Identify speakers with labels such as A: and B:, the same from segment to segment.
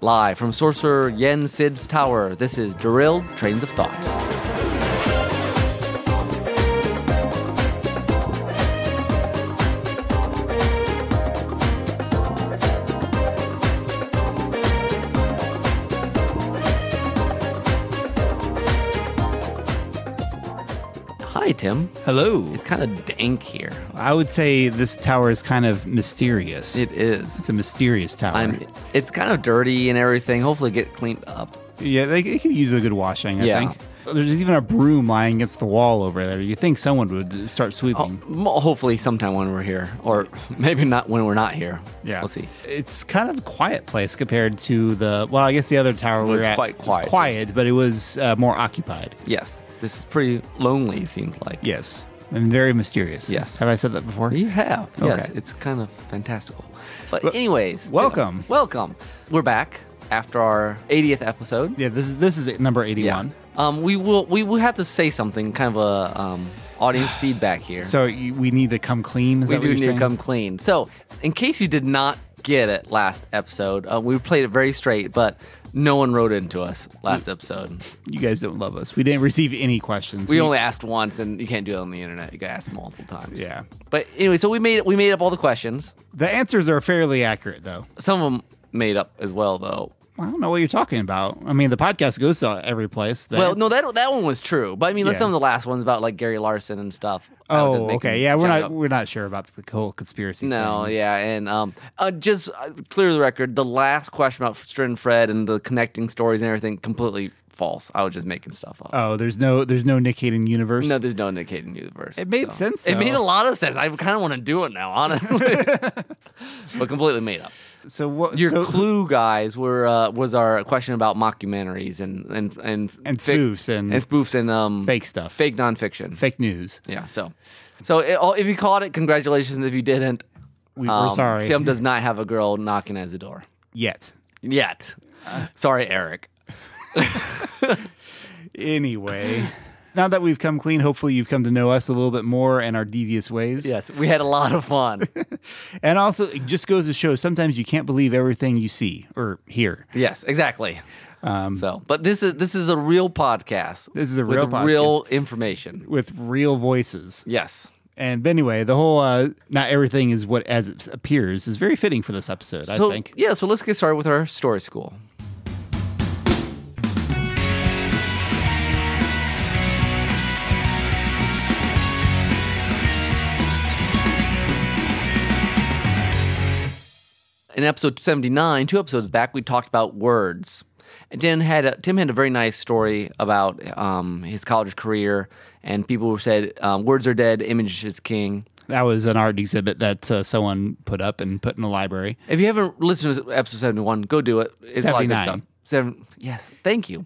A: Live from Sorcerer Yen Sid's Tower, this is Drilled Trains of Thought. Hi, Tim.
B: Hello.
A: It's kind of dank here.
B: I would say this tower is kind of mysterious.
A: It is.
B: it's a mysterious tower.
A: I'm. It's kind of dirty and everything. Hopefully, get cleaned up.
B: yeah, they, it could use a good washing, I
A: Yeah.
B: think. There's even a broom lying against the wall over there. You think someone would
A: Oh,
B: start sweeping.
A: M- Hopefully, sometime when we're here, or maybe not when we're not here.
B: Yeah.
A: we'll see.
B: It's kind of a quiet place compared to the, well, I guess the other tower we
A: was
B: were at
A: quite quiet.
B: was quiet, but it was uh, more occupied.
A: Yes, this is pretty lonely. It seems like.
B: Yes. And very mysterious.
A: Yes.
B: Have I said that before?
A: You have. Yes,
B: Okay.
A: it's kind of fantastical. But anyways,
B: welcome.
A: Tim, welcome. We're back after our 80th episode.
B: Yeah, this is this is number 81.
A: Um, we will. We will have to say something, kind of a um, audience feedback here.
B: So you, we need to come clean. Is
A: we
B: that
A: do
B: what
A: need to
B: you're saying?
A: come clean. So, in case you did not get it last episode, uh, we played it very straight, but no one wrote into us
B: Mm.
A: last episode.
B: You guys don't love us. We didn't receive any questions.
A: We only asked once, and you can't do it on the internet. You got to ask multiple times.
B: Yeah.
A: But anyway, so we made we made up all the questions.
B: The answers are fairly accurate, though.
A: Some of them made up as well, though.
B: I don't know what you're talking about. I mean, the podcast goes to every place. The
A: Well,
B: ans-
A: no, that that one was true. But I mean, like
B: Yeah.
A: some of the last ones about like Gary Larson and stuff. I was just
B: Oh,
A: making
B: okay. Yeah, we're
A: junk
B: not
A: up.
B: we're not sure about the whole conspiracy.
A: No,
B: thing.
A: yeah, and um, uh, just uh, clear the record. The last question about Strid and Fred and the connecting stories and everything completely false. I was just making stuff up.
B: Oh, there's no there's no Nick Hayden universe.
A: no, there's no indicating universe.
B: It made sense,
A: It made a
B: though.
A: lot of sense. I kind of want to do it now, honestly, but completely made up.
B: So what?
A: Your
B: so,
A: clue guys were uh, was our question about mockumentaries and and and
B: and
A: fic-
B: spoofs and,
A: and spoofs and um
B: fake stuff,
A: fake nonfiction.
B: fake news.
A: Yeah. So, so it, all- if you caught it, congratulations. If you didn't,
B: We,
A: um,
B: we're sorry.
A: Tim does not have a girl knocking at the door
B: Yet.
A: yet.
B: Uh,
A: Sorry, Eric.
B: Anyway, now that we've come clean, hopefully you've come to know us a little bit more and our devious ways.
A: Yes, we had a lot of fun.
B: And also, it just goes to show sometimes you can't believe everything you see or hear.
A: yes, exactly. so, but this is this is a real podcast.
B: Um, This is a
A: with
B: real podcast.
A: real information.
B: with real voices.
A: Yes.
B: And but anyway, the whole uh, not everything is what as it appears is very fitting for this episode,
A: So
B: I think.
A: yeah, so let's get started with our story school. in episode 79, two episodes back, we talked about words. And Tim had a, Tim had a very nice story about um, his college career, and people who said um, words are dead, image is king.
B: That was an art exhibit that uh, someone put up and put in the library.
A: If you haven't listened to episode 71, go do it. It's a lot of good
B: 79.
A: stuff. Seven, yes, thank you.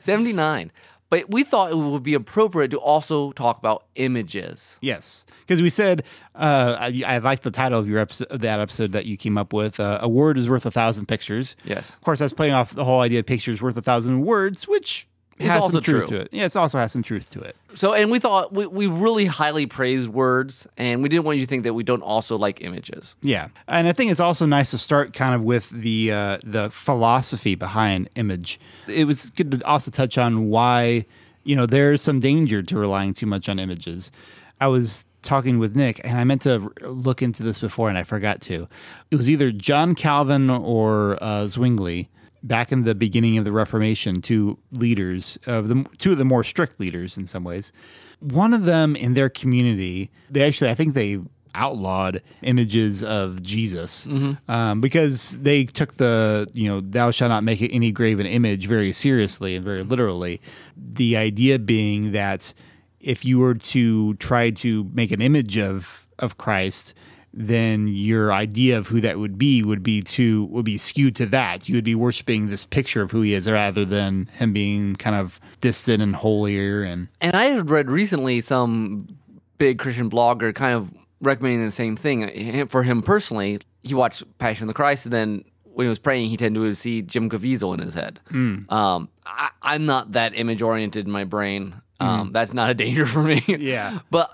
A: 79. But we thought it would be appropriate to also talk about images.
B: Yes, because we said uh, I, I like the title of your episode, of that episode that you came up with. Uh, a word is worth a thousand pictures.
A: Yes.
B: Of course, I was playing off the whole idea of pictures worth a thousand words, which
A: It's
B: has
A: also
B: some truth
A: true.
B: to it. Yeah, it also has some truth to it.
A: So, and we thought we, we really highly praised words, and we didn't want you to think that we don't also like images.
B: Yeah, and I think it's also nice to start kind of with the uh, the philosophy behind image. It was good to also touch on why you know there is some danger to relying too much on images. I was talking with Nick, and I meant to r- look into this before, and I forgot to. It was either John Calvin or uh, Zwingli back in the beginning of the Reformation, two leaders of the two of the more strict leaders in some ways. One of them in their community, they actually I think they outlawed images of Jesus um, because they took the you know thou shalt not make any graven image very seriously and very literally. The idea being that if you were to try to make an image of of Christ, then your idea of who that would be would be to would be skewed to that. You would be worshiping this picture of who he is rather than him being kind of distant and holier and
A: And I had read recently some big Christian blogger kind of recommending the same thing Him- for him personally. He watched Passion of the Christ, and then when he was praying, he tended to see Jim Caviezel in his head. Um, I, I'm not that image oriented in my brain. Um, That's not a danger for me.
B: Yeah.
A: but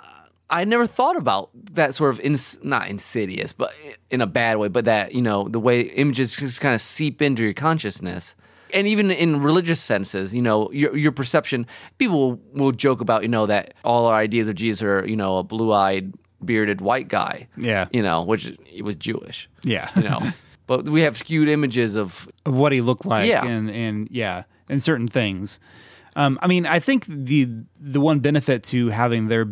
A: I never thought about that sort of ins- not insidious, but in a bad way, but that you know the way images just kind of seep into your consciousness, and even in religious senses, you know your your perception. People will, will joke about you know that all our ideas of Jesus are you know a blue eyed, bearded white guy.
B: Yeah.
A: you know, which he was Jewish.
B: Yeah.
A: you know, but we have skewed images of
B: of what he looked like
A: Yeah.
B: and and yeah and certain things um i mean i think the the one benefit to having there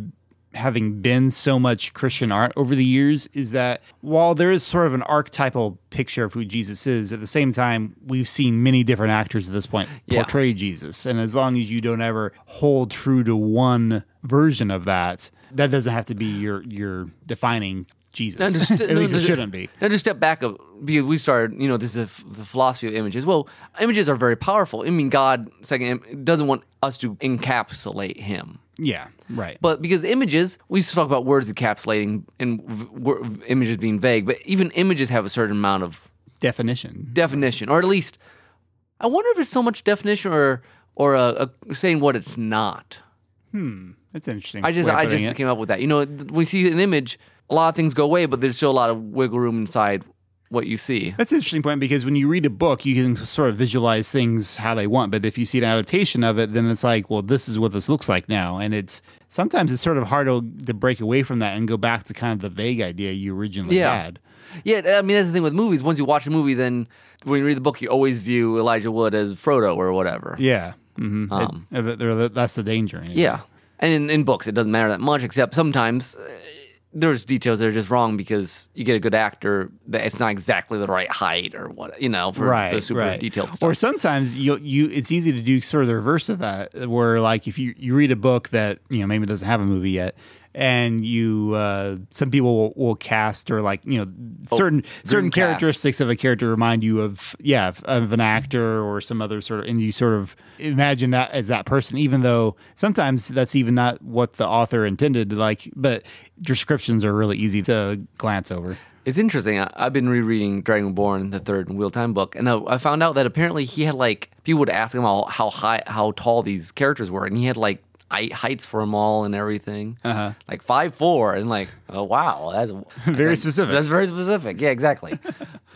B: having been so much christian art over the years is that while there is sort of an archetypal picture of who jesus is at the same time we've seen many different actors at this point
A: Yeah.
B: portray jesus and as long as you don't ever hold true to one version of that that doesn't have to be your your defining jesus
A: No, just-
B: at
A: no,
B: least it
A: just-
B: shouldn't be
A: No, just step back up because we started. You know, this is the philosophy of images. Well, images are very powerful. I mean, God, second, im- doesn't want us to encapsulate Him,
B: yeah right
A: but because images, we used to talk about words encapsulating and v- wor- images being vague. But even images have a certain amount of
B: definition
A: definition, or at least, I wonder if it's so much definition or or a, a saying what it's not.
B: that's interesting
A: I just
B: way of
A: I
B: putting
A: just
B: it.
A: came up with that. You know, th- we see an image, a lot of things go away, but there's still a lot of wiggle room inside what you see.
B: That's an interesting point because when you read a book, you can sort of visualize things how they want. But if you see an adaptation of it, then it's like, well, this is what this looks like now. And it's sometimes it's sort of hard to, to break away from that and go back to kind of the vague idea you originally
A: Yeah.
B: had.
A: Yeah, I mean that's the thing with movies. Once you watch a movie, then when you read the book, you always view Elijah Wood as Frodo or whatever.
B: Yeah. hmm
A: Um.
B: that's the danger. in it.
A: Yeah. and in, in books, it doesn't matter that much, except sometimes uh, there's details that are just wrong because you get a good actor that it's not exactly the right height or what you know for
B: Right,
A: the super
B: right.
A: detailed
B: Or
A: stuff.
B: sometimes you you it's easy to do sort of the reverse of that, where like if you you read a book that you know maybe doesn't have a movie yet, and you uh, some people will, will cast or like you know certain certain
A: Oh, cast.
B: characteristics of a character remind you of yeah of, of an actor or some other sort of and you sort of imagine that as that person, even though sometimes that's even not what the author intended. Like, but descriptions are really easy to glance over.
A: It's interesting. I, I've been rereading Dragonborn, the third and Wheel Time book, and I, I found out that apparently he had like people would ask him all how high, how tall these characters were, and he had like height, heights for them all and everything, uh-huh. like five four, and like oh wow, that's
B: Very
A: like,
B: specific.
A: That's very specific. Yeah, exactly.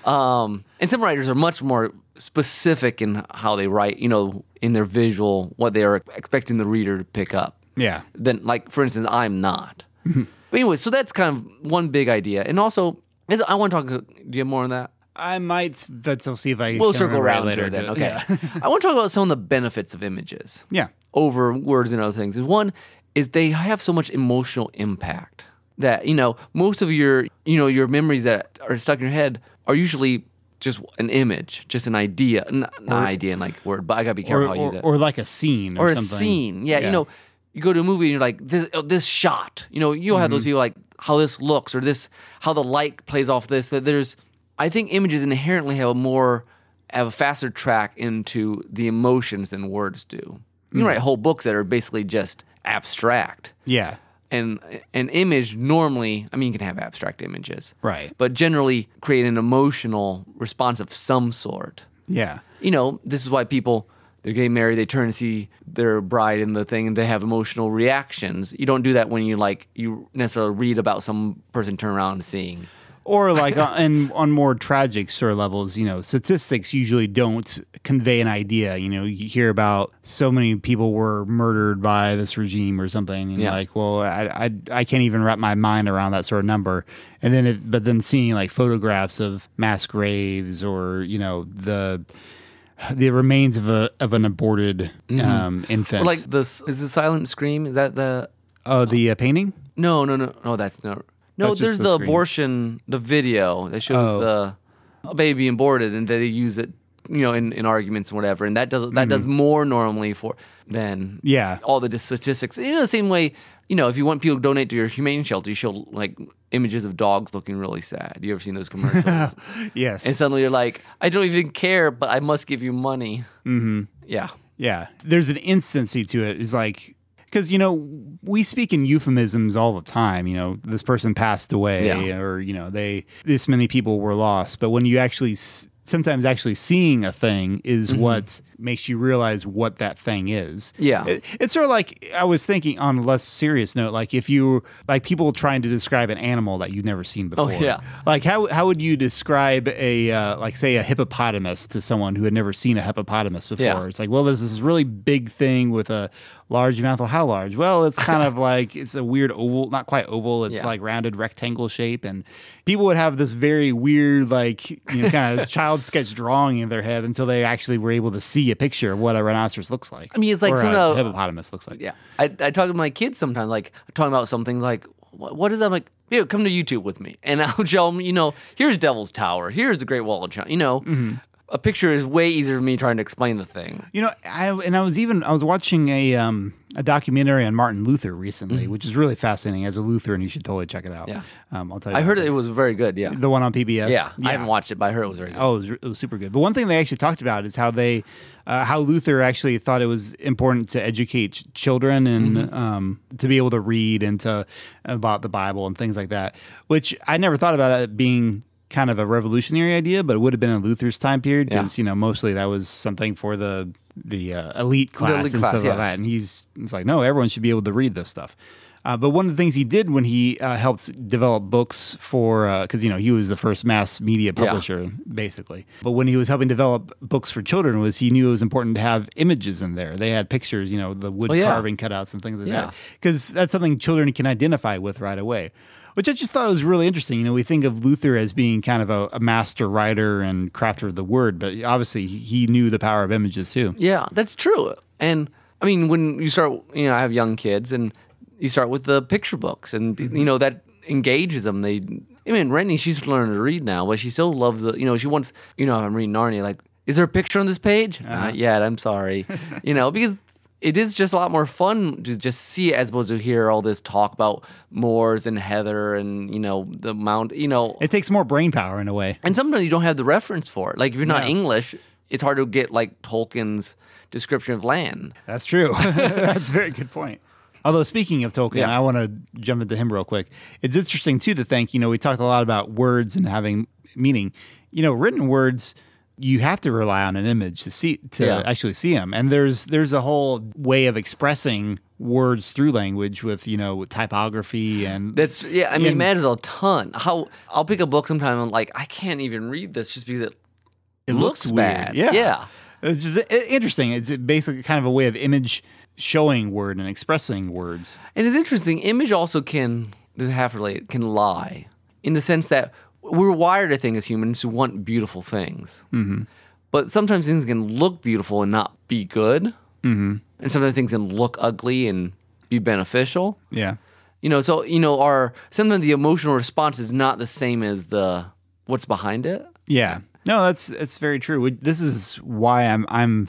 A: um, and some writers are much more specific in how they write. You know, in their visual, what they are expecting the reader to pick up
B: Yeah.
A: than like for instance i'm not but anyway so that's kind of one big idea and also is, i want to talk do you have more on that
B: I might, but I'll see if I
A: we'll
B: can
A: circle
B: remember
A: around
B: later
A: later then
B: but-
A: okay
B: yeah.
A: i want to talk about some of the benefits of images
B: Yeah.
A: over words and other things and one is they have so much emotional impact that you know most of your you know your memories that are stuck in your head are usually just an image just an idea N- not, an idea in like word but i gotta be
B: Or,
A: careful how i use
B: or,
A: it
B: or like a scene or,
A: or a
B: something.
A: scene. Yeah, you know, you go to a movie and you're like, this, oh, this shot. You know, you'll have
B: Mm-hmm.
A: those people like how this looks or this how the light plays off this. That there's, I think images inherently have a more have a faster track into the emotions than words do. You can write whole books that are basically just abstract.
B: Mm. Yeah.
A: And an image normally, I mean, you can have abstract images,
B: Right.
A: But generally, create an emotional response of some sort
B: Yeah.
A: you know, this is why people they're getting married, they turn to see their bride in the thing and they have emotional reactions. You don't do that when you like you necessarily read about some person turn around and seeing.
B: Or like on, and on more tragic sort of levels, you know, statistics usually don't convey an idea. You know, you hear about so many people were murdered by this regime or something, and
A: Yeah.
B: like, well, I, I I can't even wrap my mind around that sort of number. And then, it, but then seeing like photographs of mass graves or you know the the remains of a of an aborted um, infant.
A: Or Mm-hmm. like this is the silent scream, is that the
B: Oh, the uh, painting?
A: No, no, no, no, that's not No,
B: That's just
A: there's
B: the Oh.
A: the,
B: scream.
A: abortion the video that shows the a baby being aborted and they use it you know, in, in arguments and whatever, and that does that does more normally for than
B: Mm-hmm. Yeah.
A: all the dis- statistics. You know, the same way, you know, if you want people to donate to your humane shelter, you show like images of dogs looking really sad. You ever seen those commercials?
B: Yes.
A: and suddenly you're like, I don't even care, but I must give you money. Mm-hmm. Yeah.
B: yeah. There's an instancy to it. It's like, because, you know, we speak in euphemisms all the time. You know, this person passed away
A: Yeah.
B: or, you know, they, this many people were lost. But when you actually s- sometimes actually seeing a thing is
A: Mm-hmm.
B: what makes you realize what that thing is.
A: Yeah.
B: It- it's sort of like I was thinking on a less serious note, like if you like people trying to describe an animal that you've never seen before.
A: Oh, yeah.
B: Like how how would you describe a uh, like say a hippopotamus to someone who had never seen a hippopotamus before?
A: Yeah.
B: It's like, well, there's this really big thing with a large mouth. Well, how large? Well, it's kind of like it's a weird oval, not quite oval. It's
A: Yeah.
B: like rounded rectangle shape, and people would have this very weird, like you know, kind of child sketch drawing in their head until they actually were able to see a picture of what a rhinoceros looks like.
A: I mean, it's like
B: or
A: some
B: a
A: of the-
B: hippopotamus looks like.
A: yeah. I, I talk to my kids sometimes, like talking about something like, what, what is that? I'm like, yeah, come to YouTube with me, and I'll show them. You know, here's Devil's Tower. Here's the Great Wall of China. You know, a picture is way easier than me trying to explain the thing.
B: You know, I and I was even I was watching a um a documentary on Martin Luther recently, which is really fascinating. As a Lutheran, you should totally check it out.
A: Mm-hmm. Yeah.
B: um, I'll tell you.
A: I
B: about
A: heard it was very good. Yeah.
B: the one on PBS.
A: yeah, I haven't watched it, but I heard it was very good.
B: Oh, it was, it was super good. But one thing they actually talked about is how they, uh, how Luther actually thought it was important to educate ch- children and um, to be able to read and to about the Bible and things like that. Which I never thought about it being kind of a revolutionary idea, but it would have been in Luther's time period because you know mostly that was something for the the uh, elite class
A: elite
B: and
A: class,
B: stuff
A: yeah.
B: like that. And he's, he's like, no, everyone should be able to read this stuff. Uh, but one of the things he did when he uh, helped develop books for, because you know he was the first mass media publisher basically. But when he was helping develop books for children, was he knew it was important to have images in there. They had pictures, you know, the wood
A: Oh, yeah.
B: carving cutouts and things like
A: Yeah.
B: that, because that's something children can identify with right away. Which I just thought was really interesting. You know, we think of Luther as being kind of a, a master writer and crafter of the word, but obviously he knew the power of images too.
A: Yeah, that's true. And I mean, when you start, you know, I have young kids, and you start with the picture books, and you know that engages them. They, I mean, Rennie, she's learning to read now, but she still loves the, you know, she wants, you know, I'm reading Narnia, like, is there a picture on this page? Not yet. I'm sorry, you know, because. It is just a lot more fun to just see it as opposed to hear all this talk about moors and heather and you know the mount you know
B: It takes more brain power in a way.
A: and sometimes you don't have the reference for it. Like if you're not
B: No.
A: English, it's hard to get like Tolkien's description of land.
B: That's true. That's a very good point. Although speaking of Tolkien,
A: Yeah.
B: I want to jump into him real quick. It's interesting too to think, you know, we talked a lot about words and having meaning. You know, written words you have to rely on an image to see to
A: Yeah.
B: actually see them. And there's there's a whole way of expressing words through language with, you know, with typography and
A: That's yeah. I mean,
B: And-
A: matters a ton. How I'll pick a book sometime. I'm like, I can't even read this just because it,
B: it
A: looks,
B: weird.
A: bad.
B: Yeah.
A: yeah.
B: It's just i- interesting. It's basically kind of a way of image showing word and expressing words.
A: And it's interesting. Image also can this is half related can lie in the sense that we're wired, I think, as humans to want beautiful things. Mm-hmm. But sometimes things can look beautiful and not be good. Mm-hmm. And sometimes things can look ugly and be beneficial.
B: Yeah.
A: You know, so you know, our sometimes the emotional response is not the same as the what's behind it.
B: Yeah. No, that's that's very true. We- This is why I'm I'm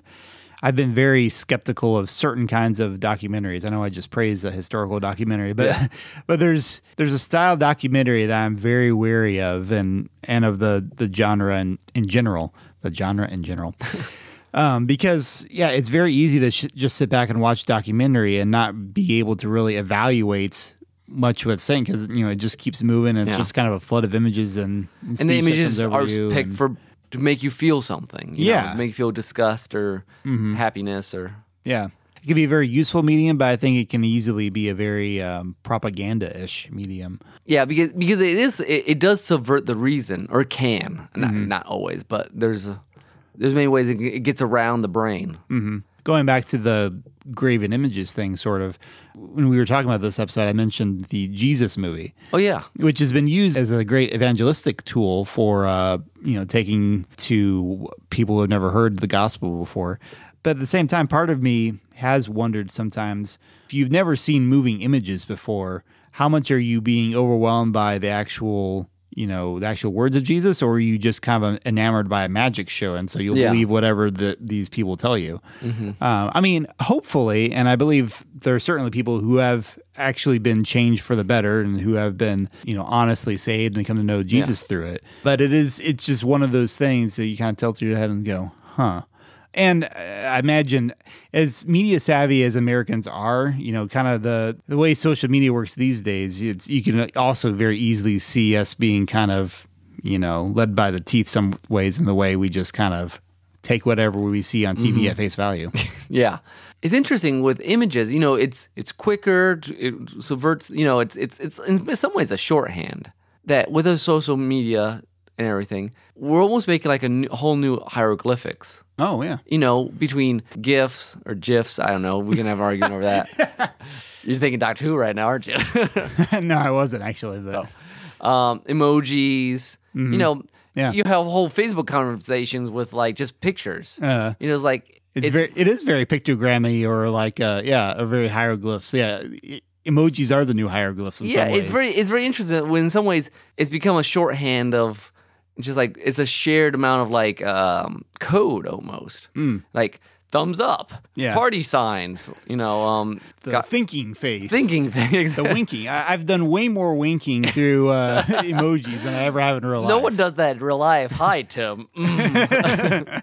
B: I've been very skeptical of certain kinds of documentaries. I know I just praised a historical documentary, but but there's there's a style of documentary that I'm very wary of and and of the the genre in, in general, the genre in general. Um, because yeah, it's very easy to sh- just sit back and watch documentary and not be able to really evaluate much what's saying because you know it just keeps moving and
A: Yeah.
B: it's just kind of a flood of images and
A: And the
B: speech that
A: images
B: comes over
A: are
B: you
A: picked
B: and-
A: for to make you feel something. you know,
B: Yeah. Mm-hmm.
A: to make you feel disgust or happiness or
B: yeah it can be a very useful medium but i think it can easily be a very um, propaganda-ish medium
A: yeah, because because it is it, it does subvert the reason or can not
B: Mm-hmm.
A: not always, but there's a, there's many ways it, g- it gets around the brain.
B: Mm. going back to the graven images thing sort of when we were talking about this episode i mentioned the jesus movie
A: Oh yeah,
B: which has been used as a great evangelistic tool for uh, you know taking to people who have never heard the gospel before. But at the same time, part of me has wondered sometimes if you've never seen moving images before, how much are you being overwhelmed by the actual you know the actual words of Jesus, or are you just kind of enamored by a magic show, and so you'll
A: Yeah.
B: believe whatever the, these people tell you? Um, I mean, hopefully, and I believe there are certainly people who have actually been changed for the better and who have been, you know, honestly saved and come to know Jesus through it. But it is, it's just one of those things that you kind of tilt your head and go, huh. And uh, I imagine, as media savvy as Americans are, you know, kind of the the way social media works these days, it's you can also very easily see us being kind of you know, led by the teeth some ways in the way we just kind of take whatever we see on
A: Mm-hmm.
B: TV at face value.
A: Yeah, it's interesting with images. You know, it's it's quicker. t- It subverts. You know, it's it's it's in some ways a shorthand that with our social media and everything, we're almost making like a new, whole new hieroglyphics.
B: oh yeah.
A: You know, between gifs or gifs. I don't know. We can have an argument over that. You're thinking Doctor Who right now, aren't you?
B: no, I wasn't actually, but
A: um, emojis. You know,
B: Mm-hmm. Yeah.
A: you have whole Facebook conversations with like just pictures.
B: Uh.
A: you know, it's like
B: It's,
A: Oh. it's-
B: very, it is very pictogrammy or like, uh, yeah, or very hieroglyphs. Yeah, e- emojis are the new hieroglyphs. In
A: yeah,
B: some ways.
A: it's very it's very interesting. When in some ways, it's become a shorthand of just like it's a shared amount of like um, code almost, like thumbs up,
B: Hmm. Yeah.
A: party signs. You know, um,
B: the
A: got
B: thinking face,
A: thinking things.
B: the winking. I, I've done way more winking through uh, emojis than I ever have in real life.
A: No one does that in real life. Hi, Tim. Mm.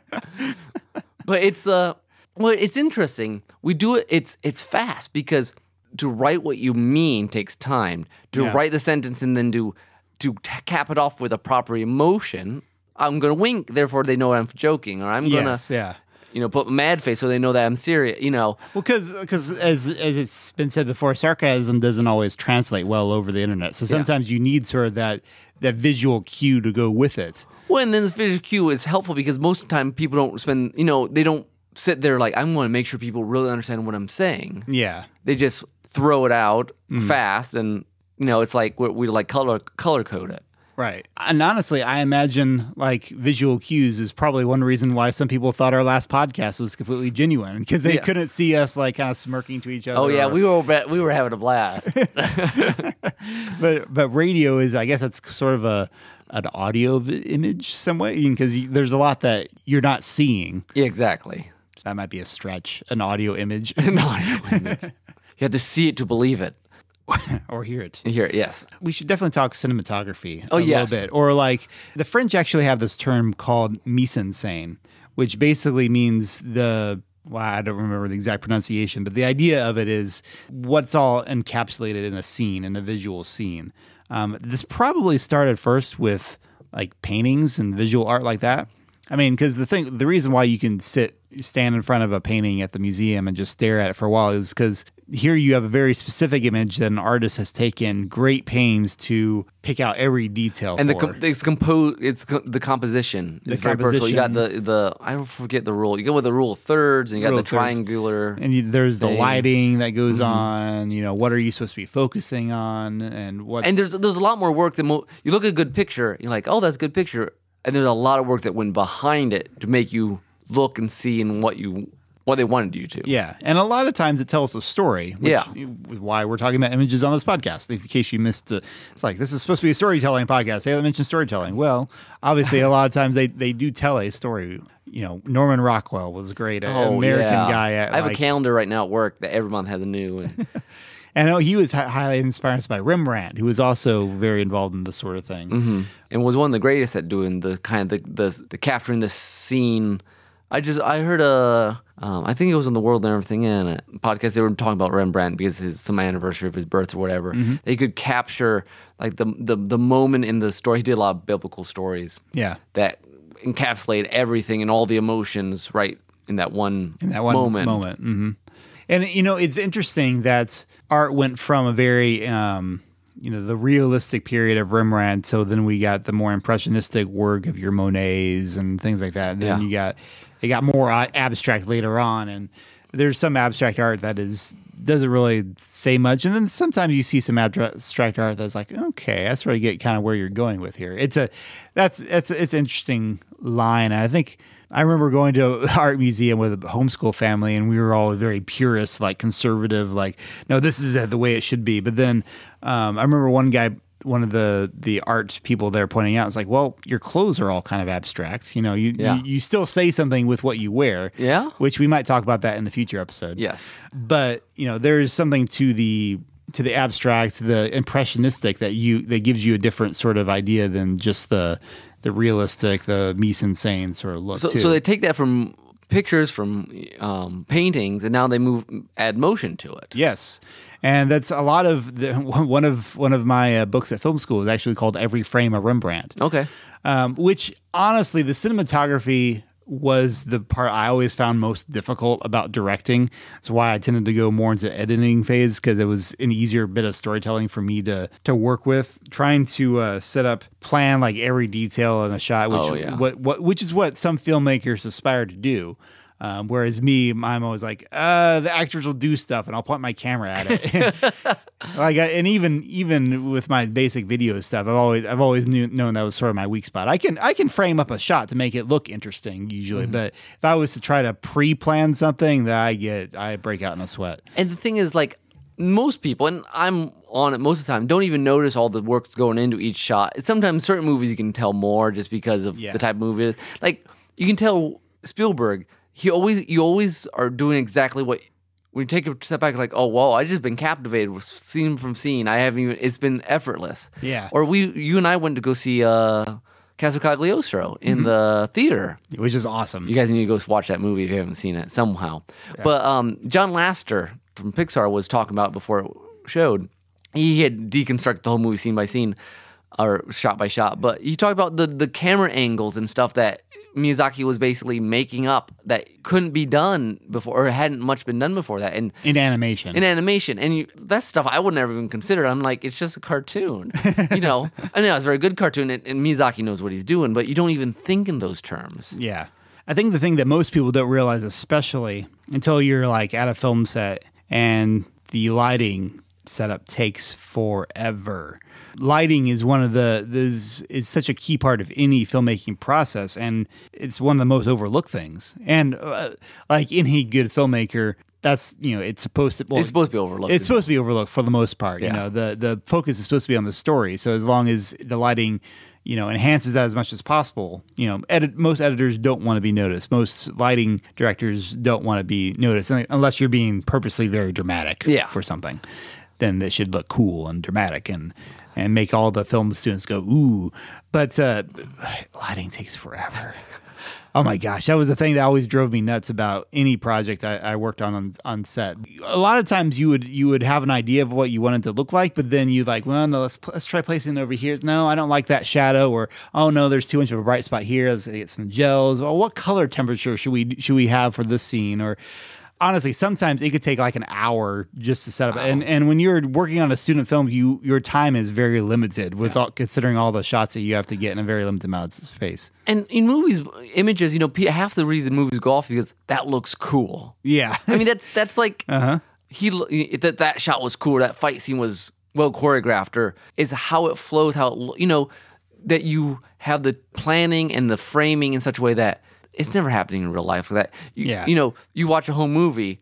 A: but it's uh well, it's interesting. We do it. It's it's fast because to write what you mean takes time. To
B: Yeah.
A: write the sentence and then to to t- cap it off with a proper emotion. I'm gonna wink, therefore they know I'm joking, or I'm gonna
B: Yes, yeah.
A: you know put mad face so they know that I'm serious. You know,
B: Well, because as as it's been said before, sarcasm doesn't always translate well over the internet. So sometimes you need sort of that that visual cue to go with it.
A: Well, and then this visual cue is helpful because most of the time people don't spend, you know, they don't sit there like, I'm going to make sure people really understand what I'm saying.
B: Yeah,
A: They just throw it out fast and, you know, it's like we, we like color color code it.
B: right. And honestly, I imagine like visual cues is probably one reason why some people thought our last podcast was completely genuine because they
A: Yeah.
B: couldn't see us like kind of smirking to each other.
A: Oh, yeah,
B: or-
A: we were ba- we were having a blast.
B: but but radio is I guess it's sort of a an audio v- image some way because there's a lot that you're not seeing.
A: yeah, exactly.
B: That might be a stretch, an audio image
A: No, I don't want this. you have to see it to believe it.
B: or hear it.
A: Here, yes.
B: we should definitely talk cinematography
A: Oh,
B: a
A: yes.
B: little bit. Or like the French actually have this term called mise en scène, which basically means the well, I don't remember the exact pronunciation, but the idea of it is what's all encapsulated in a scene, in a visual scene. Um, this probably started first with like paintings and visual art like that. I mean, because the thing, the reason why you can sit, stand in front of a painting at the museum and just stare at it for a while is because here you have a very specific image that an artist has taken great pains to pick out every detail.
A: And the
B: for.
A: com- it's compose it's co- the composition. It's very personal. You got the the I don't forget the rule. You go with the rule of thirds, and you got
B: Rule
A: the
B: of thirds.
A: triangular.
B: and you, there's the
A: thing.
B: lighting that goes
A: Mm-hmm.
B: on. You know, what are you supposed to be focusing on, and what's
A: and there's there's a lot more work than mo- you look at a good picture. You're like, oh, that's a good picture, and there's a lot of work that went behind it to make you look and see and what you what they wanted you to.
B: Yeah, and a lot of times it tells a story. Which
A: Yeah.
B: is why we're talking about images on this podcast. In case you missed, it, it's like this is supposed to be a storytelling podcast. They haven't mentioned storytelling. Well, obviously, a lot of times they they do tell a story. You know, Norman Rockwell was great, an American
A: Oh, yeah.
B: guy. At,
A: I have
B: like-
A: a calendar right now at work that every month has a new. And
B: and oh, he was hi- highly inspired by Rembrandt, who was also very involved in this sort of thing.
A: Mm-hmm. Hmm. and was one of the greatest at doing the kind of the the, the capturing the scene. I just I heard a um, I think it was on the World and Everything in a podcast they were talking about Rembrandt because it's some anniversary of his birth or whatever.
B: Mm-hmm.
A: They could capture like the the the moment in the story. He did a lot of biblical stories.
B: Yeah.
A: that encapsulate everything and all the emotions right in that one
B: in that one
A: moment.
B: moment. hmm And you know, it's interesting that art went from a very, um, you know, the realistic period of Rembrandt. So then we got the more impressionistic work of your Monets and things like that. And then
A: Yeah.
B: you got it got more uh, abstract later on, and there's some abstract art that is doesn't really say much and then sometimes you see some abstract art that's like okay i sort of get kind of where you're going with here it's a that's that's it's an interesting line i think i remember going to an art museum with a homeschool family and we were all very purist like conservative like no this is the way it should be but then um, i remember one guy one of the the art people there pointing out it's like well your clothes are all kind of abstract you know you
A: Yeah.
B: you, you still say something with what you wear
A: Yeah.
B: which we might talk about that in the future episode
A: Yes.
B: but you know there is something to the to the abstract to the impressionistic that you that gives you a different sort of idea than just the the realistic the mise en scène sort of look
A: So,
B: too.
A: so they take that from pictures from um, paintings, and now they move add motion to it.
B: Yes, and that's a lot of the, one of one of my uh, books at film school is actually called Every Frame a Rembrandt.
A: Okay.
B: um, which honestly, the cinematography was the part I always found most difficult about directing. That's why I tended to go more into the editing phase because it was an easier bit of storytelling for me to to work with. Trying to uh, set up, plan like every detail in a shot, which
A: Oh, yeah.
B: what what which is what some filmmakers aspire to do. Um, whereas me, I'm always like, uh, the actors will do stuff, and I'll point my camera at it. like I, and even even with my basic video stuff i've always i've always knew, known that was sort of my weak spot i can i can frame up a shot to make it look interesting usually but if i was to try to pre-plan something that i get i break out in a sweat
A: And the thing is, like most people, and I'm on it most of the time, don't even notice all the work that's going into each shot. Sometimes certain movies you can tell more just because of
B: Yeah.
A: the type of movie it is. Like you can tell Spielberg, he always you always are doing exactly what. When you take a step back, like, oh, whoa, I just been captivated with scene from scene. I haven't even. It's been effortless.
B: Yeah.
A: Or we, you and I went to go see uh, Castle Cagliostro in
B: Mm-hmm.
A: the theater.
B: which is awesome
A: You guys need to go watch that movie if you haven't seen it somehow. But um, John Laster from Pixar was talking about before it showed. He had deconstructed the whole movie scene by scene or shot by shot. But he talked about the, the camera angles and stuff that Miyazaki was basically making up that couldn't be done before or hadn't much been done before that. And
B: in animation
A: in animation, and you, that stuff I would never even consider. I'm like, it's just a cartoon, you know. I know it's a very good cartoon, and, and Miyazaki knows what he's doing, but you don't even think in those terms.
B: Yeah. I think the thing that most people don't realize, especially until you're like at a film set and the lighting setup takes forever. Lighting is one of the this is such a key part of any filmmaking process, and it's one of the most overlooked things. And uh, like any good filmmaker, that's you know it's supposed to well,
A: It's supposed to be overlooked.
B: it's supposed to be overlooked for the most part. You
A: Yeah.
B: know, the the focus is supposed to be on the story. So as long as the lighting, you know, enhances that as much as possible, you know, edit most editors don't want to be noticed. Most lighting directors don't want to be noticed un- unless you're being purposely very dramatic
A: Yeah.
B: for something. Then they should look cool and dramatic and and make all the film students go ooh. But uh, lighting takes forever. Oh my gosh, that was the thing that always drove me nuts about any project I, I worked on, on on set. A lot of times you would you would have an idea of what you wanted to look like, but then you like, well, no, let's pl- let's try placing it over here. No, I don't like that shadow, or oh no, there's too much of a bright spot here. Let's get some gels. Or what color temperature should we should we have for this scene? Or honestly, sometimes it could take like an hour just to set up. And and when you're working on a student film, you your time is very limited with all, considering all the shots that you have to get in a very limited amount of space.
A: And in movies, images, you know, pe- half the reason movies go off because that looks cool.
B: Yeah.
A: I mean, that's that's like he lo- that that shot was cool. That fight scene was well choreographed. Or is how it flows, how it, lo- you know that you have the planning and the framing in such a way that it's never happening in real life. Like that you,
B: Yeah.
A: you know, you watch a home movie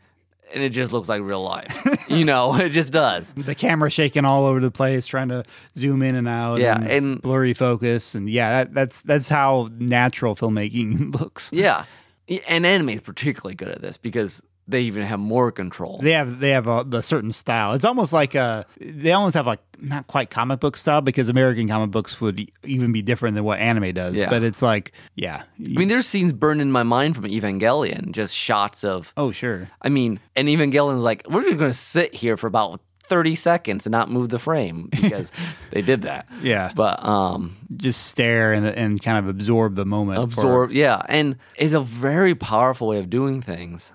A: and it just looks like real life. you know, it just does.
B: the camera shaking all over the place, trying to zoom in and out.
A: Yeah,
B: and,
A: and-
B: blurry focus, and yeah, that, that's that's how natural filmmaking looks.
A: Yeah, and anime is particularly good at this because they even have more control.
B: They have they have a, the certain style. It's almost like a they almost have like not quite comic book style because American comic books would e- even be different than what anime does.
A: Yeah.
B: But it's like yeah, you-
A: I mean, there's scenes burned in my mind from Evangelion, just shots of.
B: oh sure,
A: I mean, and Evangelion's like, we're just going to sit here for about 30 seconds and not move the frame because they did that.
B: Yeah.
A: But um,
B: just stare and and kind of absorb the moment. for-
A: absorb, yeah, and it's a very powerful way of doing things.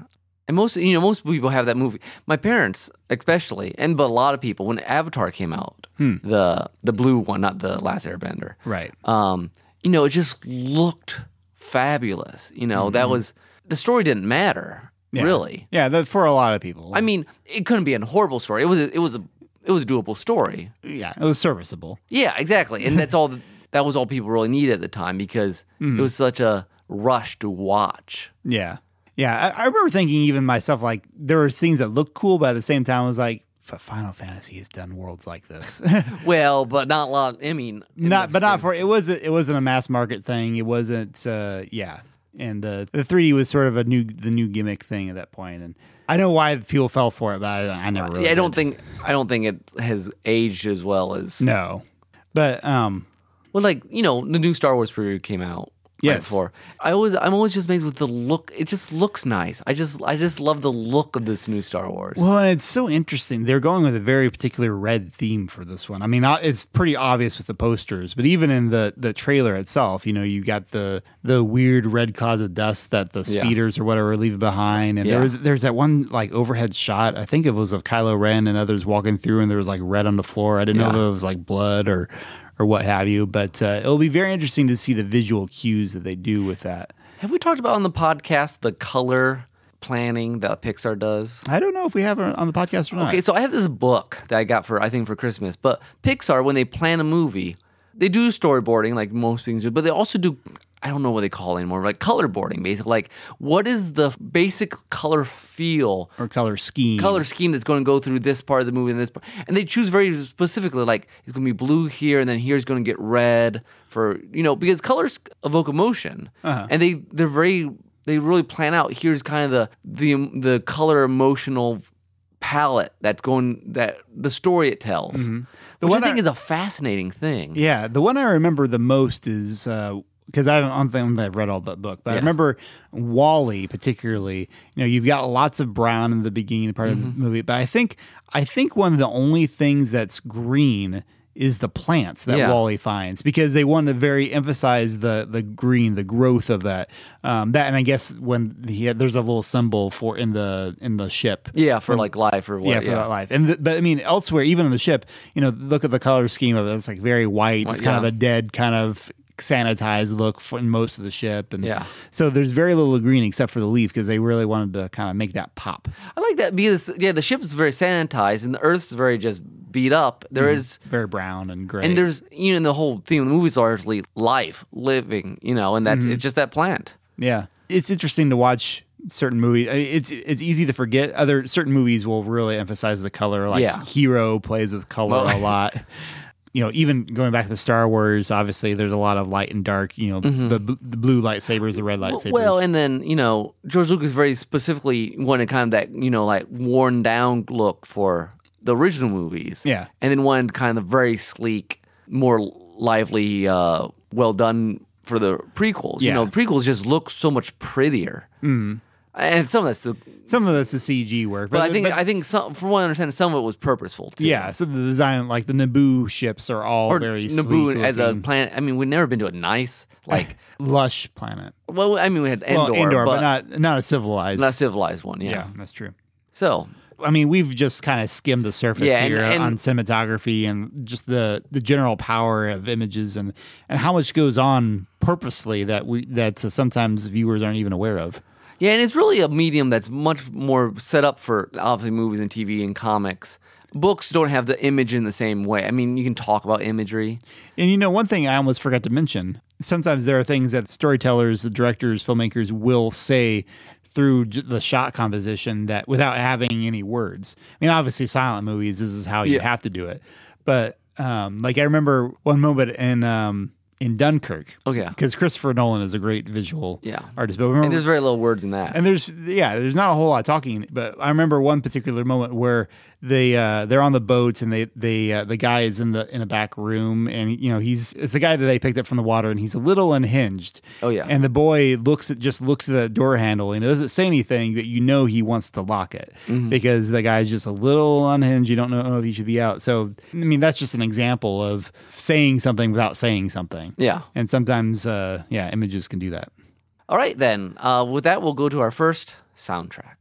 A: And most, you know, most people have that movie. My parents, especially, and but a lot of people, when Avatar came out,
B: Hmm.
A: the the blue one, not the Last Airbender,
B: right.
A: um, you know, it just looked fabulous. You know, that was the story didn't matter
B: Mm-hmm. Yeah.
A: really.
B: Yeah, that for a lot of people.
A: I mean, it couldn't be a horrible story. It was a, it was a it was a doable story.
B: yeah, it was serviceable.
A: Yeah, exactly. And that's all that was all people really needed at the time because
B: Mm-hmm.
A: it was such a rush to watch.
B: Yeah. Yeah. I, I remember thinking even myself, like, there were things that looked cool, but at the same time, I was like, but Final Fantasy has done worlds like this.
A: Well, but not long. I mean,
B: not, but not for, it wasn't, it wasn't a mass market thing. It wasn't, uh, yeah. And the, the 3D was sort of a new, the new gimmick thing at that point. And I know why people fell for it, but I, I never really.
A: yeah, I don't
B: did.
A: think I don't think it has aged as well as
B: No. But, um,
A: well. Like you know, the new Star Wars preview came out. right
B: Yes.
A: before. I always I'm always just amazed with the look. It just looks nice. I just I just love the look of this new Star Wars.
B: Well, and it's so interesting. They're going with a very particular red theme for this one. I mean, o- it's pretty obvious with the posters, but even in the the trailer itself, you know, you got the the weird red clouds of dust that the
A: Yeah.
B: speeders or whatever leave behind, and there
A: Yeah.
B: was there's that one like overhead shot. I think it was of Kylo Ren and others walking through, and there was like red on the floor. I didn't know
A: Yeah.
B: if it was like blood or or what have you, but uh, it'll be very interesting to see the visual cues that they do with that.
A: Have we talked about on the podcast the color planning that Pixar does?
B: I don't know if we have it on the podcast or not.
A: Okay, so I have this book that I got for I think for Christmas. But Pixar, when they plan a movie, they do storyboarding like most things do, but they also do I don't know what they call it anymore, like color boarding, basically. Like what is the basic color feel
B: or color scheme.
A: color scheme that's going to go through this part of the movie and this part. And they choose very specifically, like it's going to be blue here, and then here's going to get red for you know because colors evoke emotion,
B: Uh-huh.
A: and they they're very they really plan out. Here's kind of the the the color emotional palette that's going that the story it tells.
B: Mm-hmm. The
A: Which
B: one
A: I think
B: I-
A: is a fascinating thing.
B: Yeah, the one I remember the most is because I haven't I don't think I've read all that book, but I
A: Yeah.
B: remember Wally particularly. You know, you've got lots of brown in the beginning part of the
A: Mm-hmm.
B: movie, but I think I think one of the only things that's green is the plants that
A: Yeah.
B: Wally finds because they want to very emphasize the the green, the growth of that. Um, that and I guess when he had, there's a little symbol for in the in the ship
A: Yeah, for like life or what?
B: yeah, for that life. And th- but I mean, elsewhere, even on the ship, you know, look at the color scheme of it. It's like very white. It's kind
A: yeah.
B: of a dead, kind of sanitized look for in most of the ship. And
A: Yeah.
B: so there's very little green except for the leaf because they really wanted to kind of make that pop.
A: I like that because yeah, the ship is very sanitized and the Earth's very just beat up. There
B: Mm-hmm.
A: is.
B: Very brown and gray.
A: And there's you know the whole theme of the movie is largely life, living, you know, and that's
B: Mm-hmm.
A: it's just that plant.
B: Yeah, it's interesting to watch certain movies. I mean, it's it's easy to forget other certain movies will really emphasize the color. Like
A: Yeah.
B: Hero plays with color
A: Well-
B: a lot. You know, even going back to Star Wars, obviously there's a lot of light and dark. You know, the, bl- the blue lightsabers, the red lightsabers.
A: Mm-hmm. Well, and then you know George Lucas very specifically wanted kind of that you know like worn down look for the original movies.
B: Yeah.
A: and then wanted kind of very sleek, more lively, uh, well done for the prequels. You
B: Yeah.
A: know, prequels just look so much prettier. Mm. And some of that's, the,
B: some of that's the CG work, but,
A: but I think
B: but-
A: I think some, from what I understand, some of it was purposeful too.
B: yeah, so the design, like the Naboo ships, are all
A: or
B: very
A: Naboo
B: sleek
A: as a
B: looking.
A: planet. I mean, we've never been to a nice like.
B: lush planet.
A: Well, I mean, we had Endor,
B: Well, indoor,
A: but,
B: but, not not a civilized.
A: not civilized one. Yeah.
B: yeah, that's true.
A: So
B: I mean, we've just kind of skimmed the surface
A: Yeah, and-
B: here
A: and-
B: on cinematography and just the the general power of images and and how much goes on purposely that we that uh, sometimes viewers aren't even aware of.
A: yeah, and it's really a medium that's much more set up for obviously movies and TV and comics. Books don't have the image in the same way. I mean, you can talk about imagery.
B: And you know, one thing I almost forgot to mention. Sometimes there are things that storytellers, the directors, filmmakers will say through j- the shot composition that without having any words. I mean, obviously, silent movies, this is how you
A: Yeah.
B: have to do it. But um, like I remember one moment in um, in Dunkirk.
A: Oh, yeah.
B: because Christopher Nolan is a great visual
A: Yeah.
B: artist. But remember,
A: And there's very little words in that.
B: and there's yeah, there's not a whole lot of talking, but I remember one particular moment where they uh, they're on the boats and they they uh, the guy is in the in a back room and you know he's it's the guy that they picked up from the water and he's a little unhinged.
A: Oh, yeah.
B: And the boy looks at just looks at the door handle and it doesn't say anything, but you know he wants to lock it
A: Mm-hmm.
B: because the guy's just a little unhinged. You don't know if he should be out. So I mean that's just an example of saying something without saying something.
A: yeah.
B: And sometimes uh, yeah, images can do that.
A: All right, then. Uh, with that, we'll go to our first soundtrack.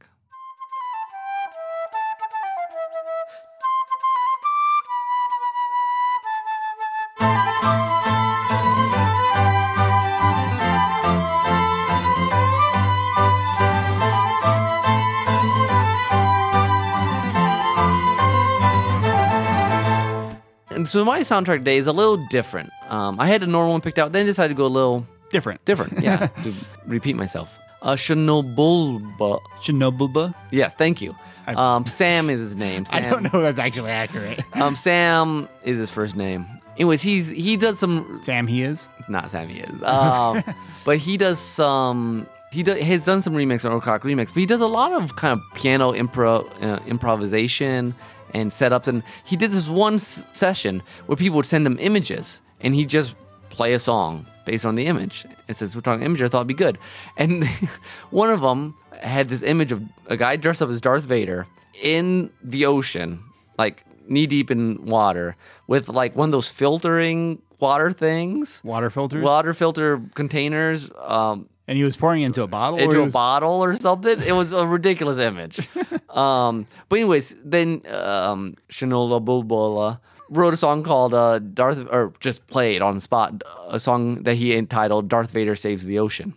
A: And so my soundtrack today is a little different. Um, I had a normal one picked out, then decided to go a little
B: Different.
A: different. Yeah, to repeat myself. Uh, Shinobulba.
B: Chernobyl.
A: Yes, thank you. Um, Sam is his name. Sam.
B: I don't know if that's actually accurate.
A: Um, Sam is his first name. Anyways, he's he does some
B: Sam, he is.
A: not Sam he is, um, but he does some he does, has done some remix on Orcock remix, but he does a lot of kind of piano impro uh, improvisation and setups. And he did this one s- session where people would send him images, and he'd just play a song based on the image. And since we're talking image, I thought it'd be good. And one of them had this image of a guy dressed up as Darth Vader in the ocean, like knee deep in water, with like one of those filtering water things,
B: Water filters.
A: water filter containers, um,
B: and he was pouring into a bottle. or
A: into
B: he
A: a
B: was-
A: bottle or something. It was a ridiculous image. um, but anyways, then um, Shinola Bulbula wrote a song called uh, Darth, or just played on the spot a song that he entitled "Darth Vader Saves the Ocean."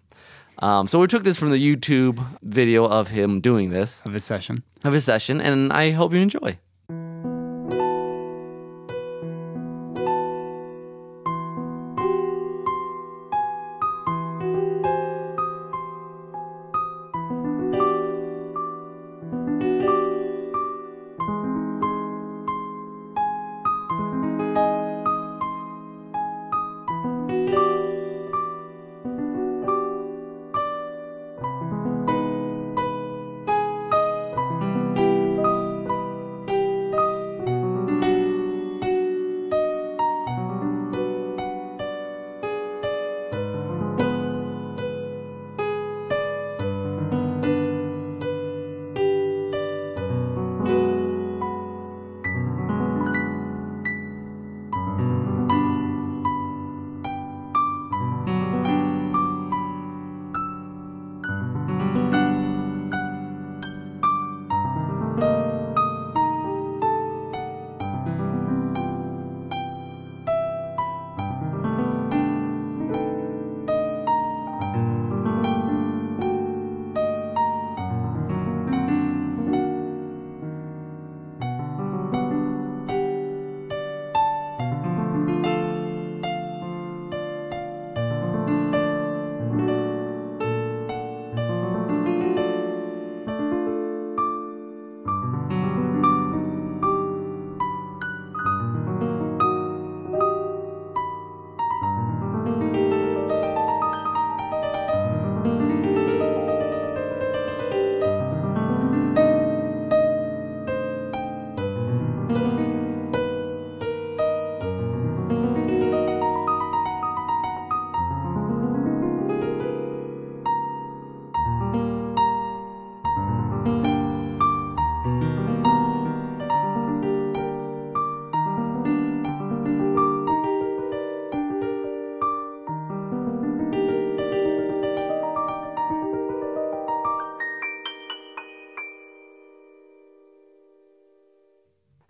A: Um, so we took this from the YouTube video of him doing this
B: Of his session.
A: of his session, and I hope you enjoy.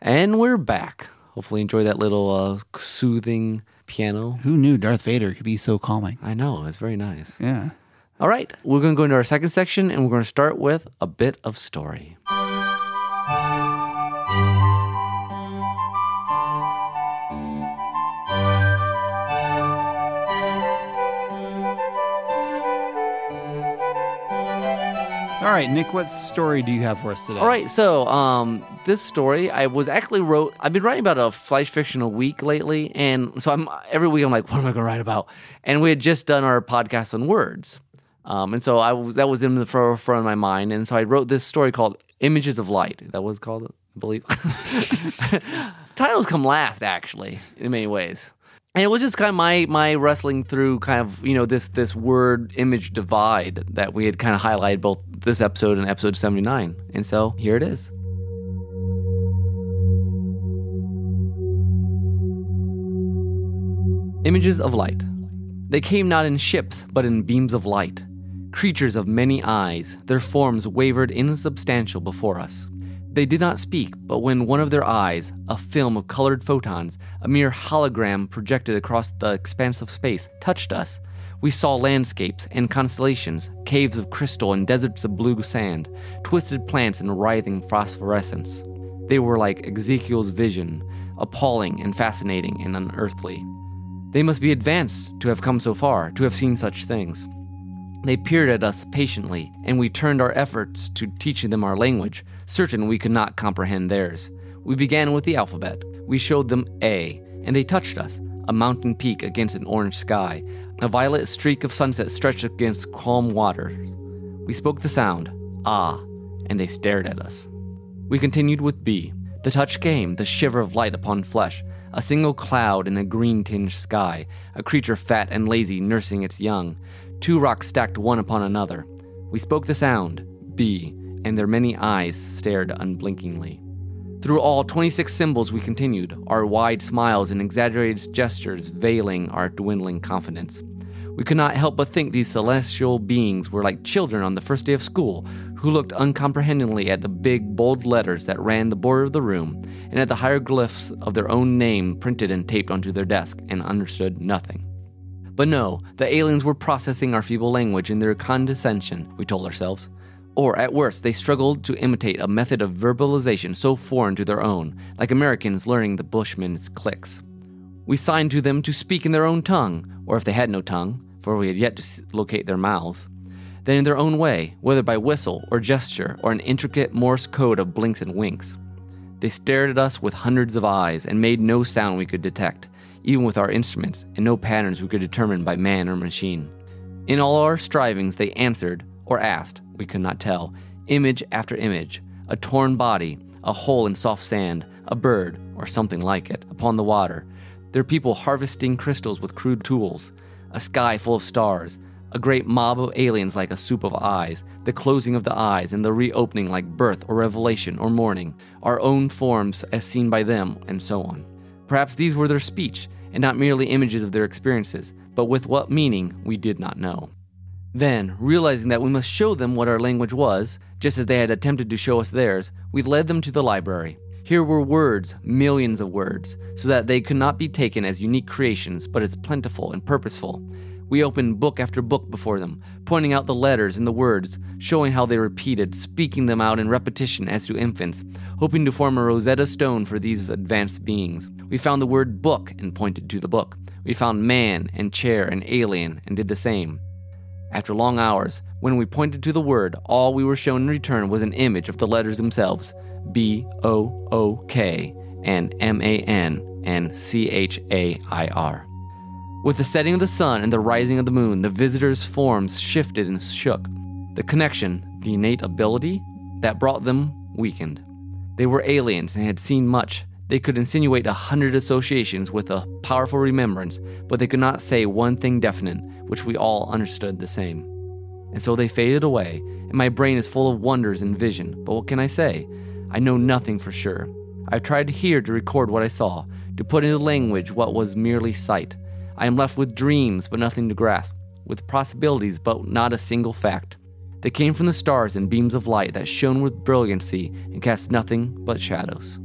A: And we're back. Hopefully, enjoy that little uh, soothing piano.
B: Who knew Darth Vader could be so calming?
A: I know it's very nice.
B: Yeah.
A: All right, we're going to go into our second section, and we're going to start with a bit of story.
B: All right, Nick, what story do you have for us today?
A: All right, so um, this story I was actually wrote. I've been writing about a flash fiction a week lately, and so I'm every week I'm like, what am I going to write about? And we had just done our podcast on words, um, and so I was that was in the forefront of my mind, and so I wrote this story called "Images of Light." That was called, it, I believe. Titles come last, actually, in many ways. And it was just kind of my my wrestling through kind of you know this this word image divide that we had kind of highlighted both this episode and episode seventy nine, and so here it is. Images of light. They came not in ships, but in beams of light. Creatures of many eyes, their forms wavered insubstantial before us. They did not speak, but when one of their eyes, a film of colored photons, a mere hologram projected across the expanse of space, touched us, we saw landscapes and constellations, caves of crystal and deserts of blue sand, twisted plants and writhing phosphorescence. They were like Ezekiel's vision, appalling and fascinating and unearthly. They must be advanced to have come so far, to have seen such things. They peered at us patiently, and we turned our efforts to teaching them our language, certain we could not comprehend theirs. We began with the alphabet. We showed them A, and they touched us a mountain peak against an orange sky, a violet streak of sunset stretched against calm waters. We spoke the sound, ah, and they stared at us. We continued with B. The touch came, the shiver of light upon flesh, a single cloud in the green tinged sky, a creature fat and lazy nursing its young, two rocks stacked one upon another. We spoke the sound, B, and their many eyes stared unblinkingly. Through all 26 symbols, we continued, our wide smiles and exaggerated gestures veiling our dwindling confidence. We could not help but think these celestial beings were like children on the first day of school who looked uncomprehendingly at the big, bold letters that ran the border of the room and at the hieroglyphs of their own name printed and taped onto their desk and understood nothing. But no, the aliens were processing our feeble language in their condescension, we told ourselves. Or, at worst, they struggled to imitate a method of verbalization so foreign to their own, like Americans learning the Bushmen's clicks. We signed to them to speak in their own tongue, or if they had no tongue, for we had yet to s- locate their mouths, then in their own way, whether by whistle or gesture or an intricate Morse code of blinks and winks. They stared at us with hundreds of eyes and made no sound we could detect, even with our instruments, and no patterns we could determine by man or machine. In all our strivings, they answered, or asked, we could not tell, image after image a torn body, a hole in soft sand, a bird, or something like it, upon the water, their people harvesting crystals with crude tools, a sky full of stars, a great mob of aliens like a soup of eyes, the closing of the eyes and the reopening like birth or revelation or morning, our own forms as seen by them, and so on. Perhaps these were their speech, and not merely images of their experiences, but with what meaning we did not know. Then, realizing that we must show them what our language was, just as they had attempted to show us theirs, we led them to the library. Here were words, millions of words, so that they could not be taken as unique creations, but as plentiful and purposeful. We opened book after book before them, pointing out the letters and the words, showing how they repeated, speaking them out in repetition as to infants, hoping to form a Rosetta Stone for these advanced beings. We found the word book and pointed to the book. We found man and chair and alien and did the same. After long hours, when we pointed to the word, all we were shown in return was an image of the letters themselves B O O K and M A N and C H A I R. With the setting of the sun and the rising of the moon, the visitors' forms shifted and shook. The connection, the innate ability that brought them, weakened. They were aliens and had seen much. They could insinuate a hundred associations with a powerful remembrance, but they could not say one thing definite, which we all understood the same. And so they faded away, and my brain is full of wonders and vision, but what can I say? I know nothing for sure. I've tried here to record what I saw, to put into language what was merely sight. I am left with dreams, but nothing to grasp, with possibilities, but not a single fact. They came from the stars and beams of light that shone with brilliancy and cast nothing but shadows.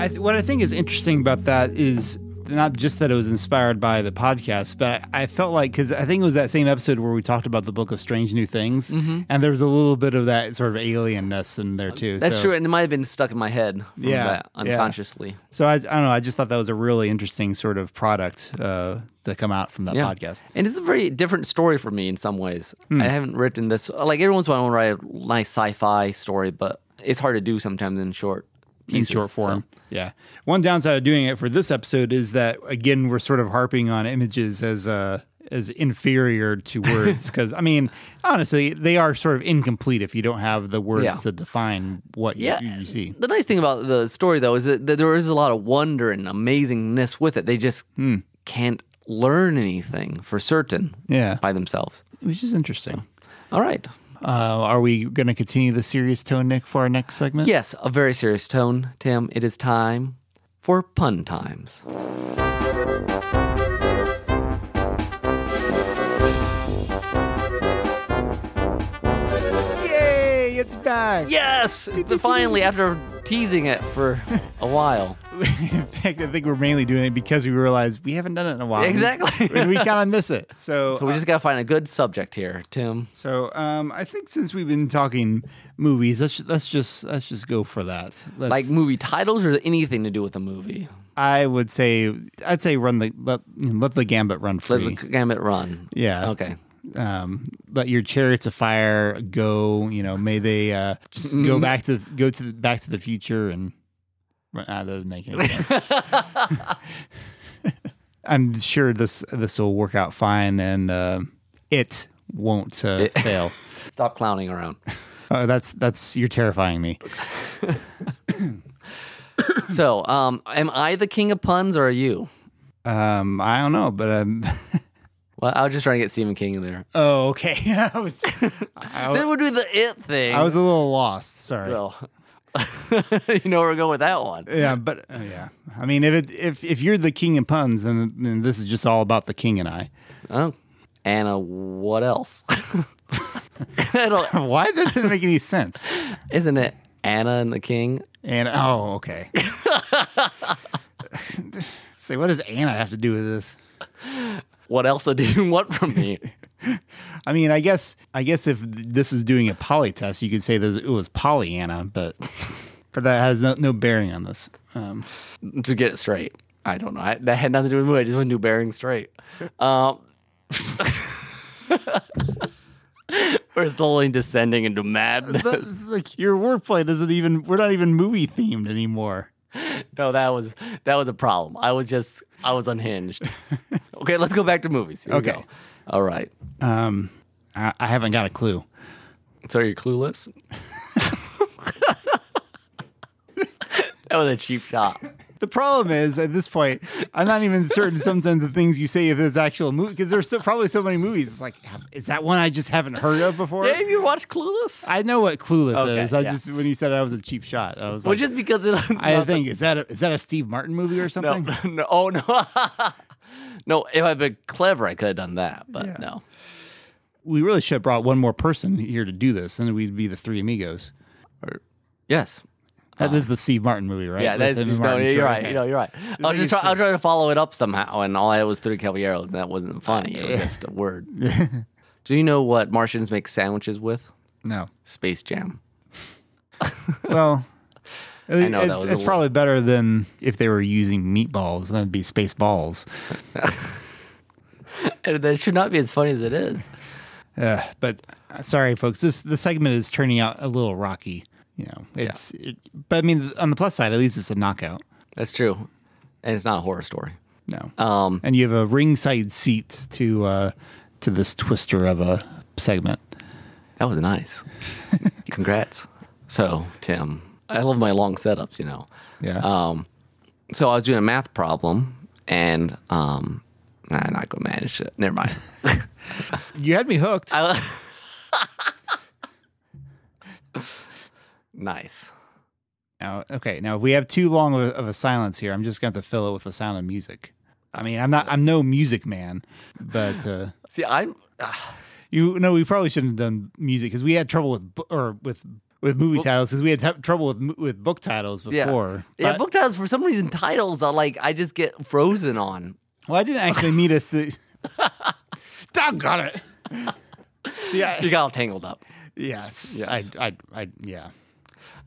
B: I th- what I think is interesting about that is not just that it was inspired by the podcast, but I felt like because I think it was that same episode where we talked about the book of Strange New Things,
A: Mm-hmm.
B: and there was a little bit of that sort of alienness in there too.
A: That's
B: so,
A: true, and it might have been stuck in my head from
B: Yeah,
A: that
B: yeah.
A: unconsciously.
B: So I, I don't know. I just thought that was a really interesting sort of product uh, to come out from that
A: Yeah.
B: podcast. Hmm.
A: And it's a very different story for me in some ways. I haven't written this like every once in a while I write a nice sci-fi story, but it's hard to do sometimes in short
B: in
A: pieces,
B: short
A: so.
B: form. Yeah. One downside of doing it for this episode is that again we're sort of harping on images as uh, as inferior to words because I mean honestly they are sort of incomplete if you don't have the words
A: Yeah.
B: to define what you-
A: Yeah.
B: you, see.
A: The nice thing about the story though is that that there is a lot of wonder and amazingness with it. They just
B: Hmm.
A: can't learn anything for certain
B: Yeah.
A: by themselves.
B: Which is interesting.
A: All right.
B: Uh, are we going to continue the serious tone, Nick, for our next segment?
A: Yes, a very serious tone, Tim. It is time for pun times.
B: Yay! It's back.
A: Yes, finally after teasing it for a while.
B: In fact, I think we're mainly doing it because we realized we haven't done it in a while.
A: Exactly.
B: and we kind of miss it. So, uh,
A: So we just gotta find a good subject here, Tim.
B: So um, I think since we've been talking movies, let's let's just let's just go for that. Let's,
A: Like movie titles or anything to do with a movie.
B: I would say, I'd say run the let, you know, let the gambit run
A: Let
B: free.
A: the gamut run.
B: yeah.
A: Okay.
B: Um, let your chariots of fire go. You know, may they uh, just go back to go to the, back to the future and run ah, out of making sense. I'm sure this this will work out fine, and uh, it won't uh, fail.
A: Stop clowning around.
B: Uh, that's that's you're terrifying me.
A: So, um, am I the king of puns or are you?
B: Um, I don't know, but um,
A: Well, I was just trying to get Stephen King in there.
B: oh okay. I was I,
A: Then
B: w-
A: we'll do the it thing.
B: I was a little lost. Sorry.
A: so. you know where we're going with that one.
B: Yeah, but uh, yeah. I mean, if it if if you're the king of puns, then, then this is just all about the king and I.
A: Oh, Anna, what else? I don't-
B: Why that didn't make any sense?
A: isn't it Anna and the King?
B: And oh, okay. Say, what does Anna have to do with this?
A: What else do you want from me?
B: I mean, I guess I guess if th- this was doing a poly test, you could say that it was Pollyanna, but but that has no, no bearing on this. Um,
A: to get it straight. I don't know. I, that had nothing to do with the movie. I just want to do Bearing Straight. Um, we're slowly descending into madness.
B: that's like your wordplay doesn't even. We're not even movie themed anymore.
A: No, that was that was a problem. I was just I was unhinged. Okay, let's go back to movies. Here we
B: Okay.
A: go. All right.
B: Um, I, I haven't got a clue.
A: So you're clueless. that was a cheap shot.
B: The problem is at this point, I'm not even certain sometimes the things you say if it's actual movie because there's so, probably so many movies. It's like, is that one I just haven't heard of before?
A: Dave, you watched Clueless?
B: I know what Clueless
A: Okay,
B: is. I
A: yeah.
B: just when you said I was a cheap shot, I was
A: Well,
B: like,
A: just because it.
B: I think is that a, is that a Steve Martin movie or
A: No,
B: something?
A: no, oh no, no. If I'd been clever, I could have done that, but
B: Yeah.
A: no.
B: We really should have brought one more person here to do this, and we'd be the Three Amigos.
A: Or, yes,
B: That is the Steve Martin movie, right?
A: Uh-huh. yeah.
B: With
A: That's
B: him and
A: no,
B: Martin
A: you're
B: Short.
A: right.
B: Okay.
A: You know, you're right. I was
B: think
A: just try, I was trying to follow it up somehow, and all I had was three caballeros, and that wasn't funny. It was just a word. Do you know what Martians make sandwiches with?
B: no.
A: Space Jam.
B: Well,
A: I know that was
B: it's,
A: a
B: it's
A: little-
B: probably better than if they were using meatballs. That'd be space balls.
A: And that should not be as funny as it is.
B: Uh, but uh, sorry, folks, this the segment is turning out a little rocky. You know, it's. It, but I mean, on the plus side, at least it's a knockout.
A: That's true, and it's not a horror story.
B: No,
A: Um,
B: and you have a ringside seat to uh, to this twister of a segment.
A: that was nice. Congrats. So, Tim, I love my long setups. You know.
B: Yeah.
A: Um, so I was doing a math problem, and um, nah, I'm not gonna manage it. Never mind.
B: you had me hooked.
A: I- nice.
B: Now, okay, now if we have too long of a, of a silence here, I'm just going to fill it with the sound of music. I mean, I'm not. I'm no music man, but uh,
A: See, I'm. ah,
B: you know, we probably shouldn't have done music because we had trouble with bu- or with with movie titles because we had t- trouble with mo- with book titles
A: Yeah.
B: before.
A: yeah,
B: But-
A: book titles for some reason titles are like I just get frozen on.
B: Well, I didn't actually need us to. Doggone it. See,
A: You
B: I,
A: got all tangled up.
B: yes,
A: Yes.
B: I, I, I, yeah.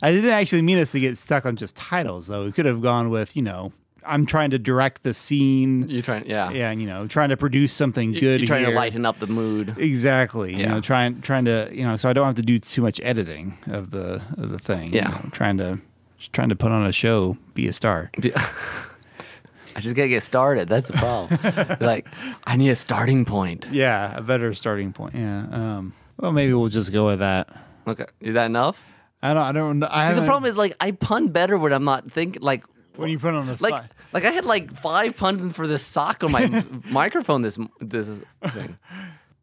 B: I didn't actually mean us to get stuck on just titles, though. We could have gone with, you know, I'm trying to direct the scene.
A: You're trying, yeah.
B: Yeah, and, you know, trying to produce something
A: You-
B: good.
A: You're trying
B: here.
A: to lighten up the mood.
B: Exactly. You
A: Yeah.
B: know, trying trying to you know, so I don't have to do too much editing of the of the thing. you
A: Yeah.
B: know, trying to just trying to put on a show, be a star.
A: I just gotta get started. That's the problem. like, I need a starting point.
B: Yeah, a better starting point. Yeah. Um, well, maybe we'll just go with that.
A: Okay, is that enough?
B: I don't. I don't. kn- I
A: See,
B: haven't,
A: the problem is like I pun better when I'm not thinking. Like,
B: when you put on the
A: like,
B: spot.
A: like I had like five puns in for this sock on my m- microphone. This this thing.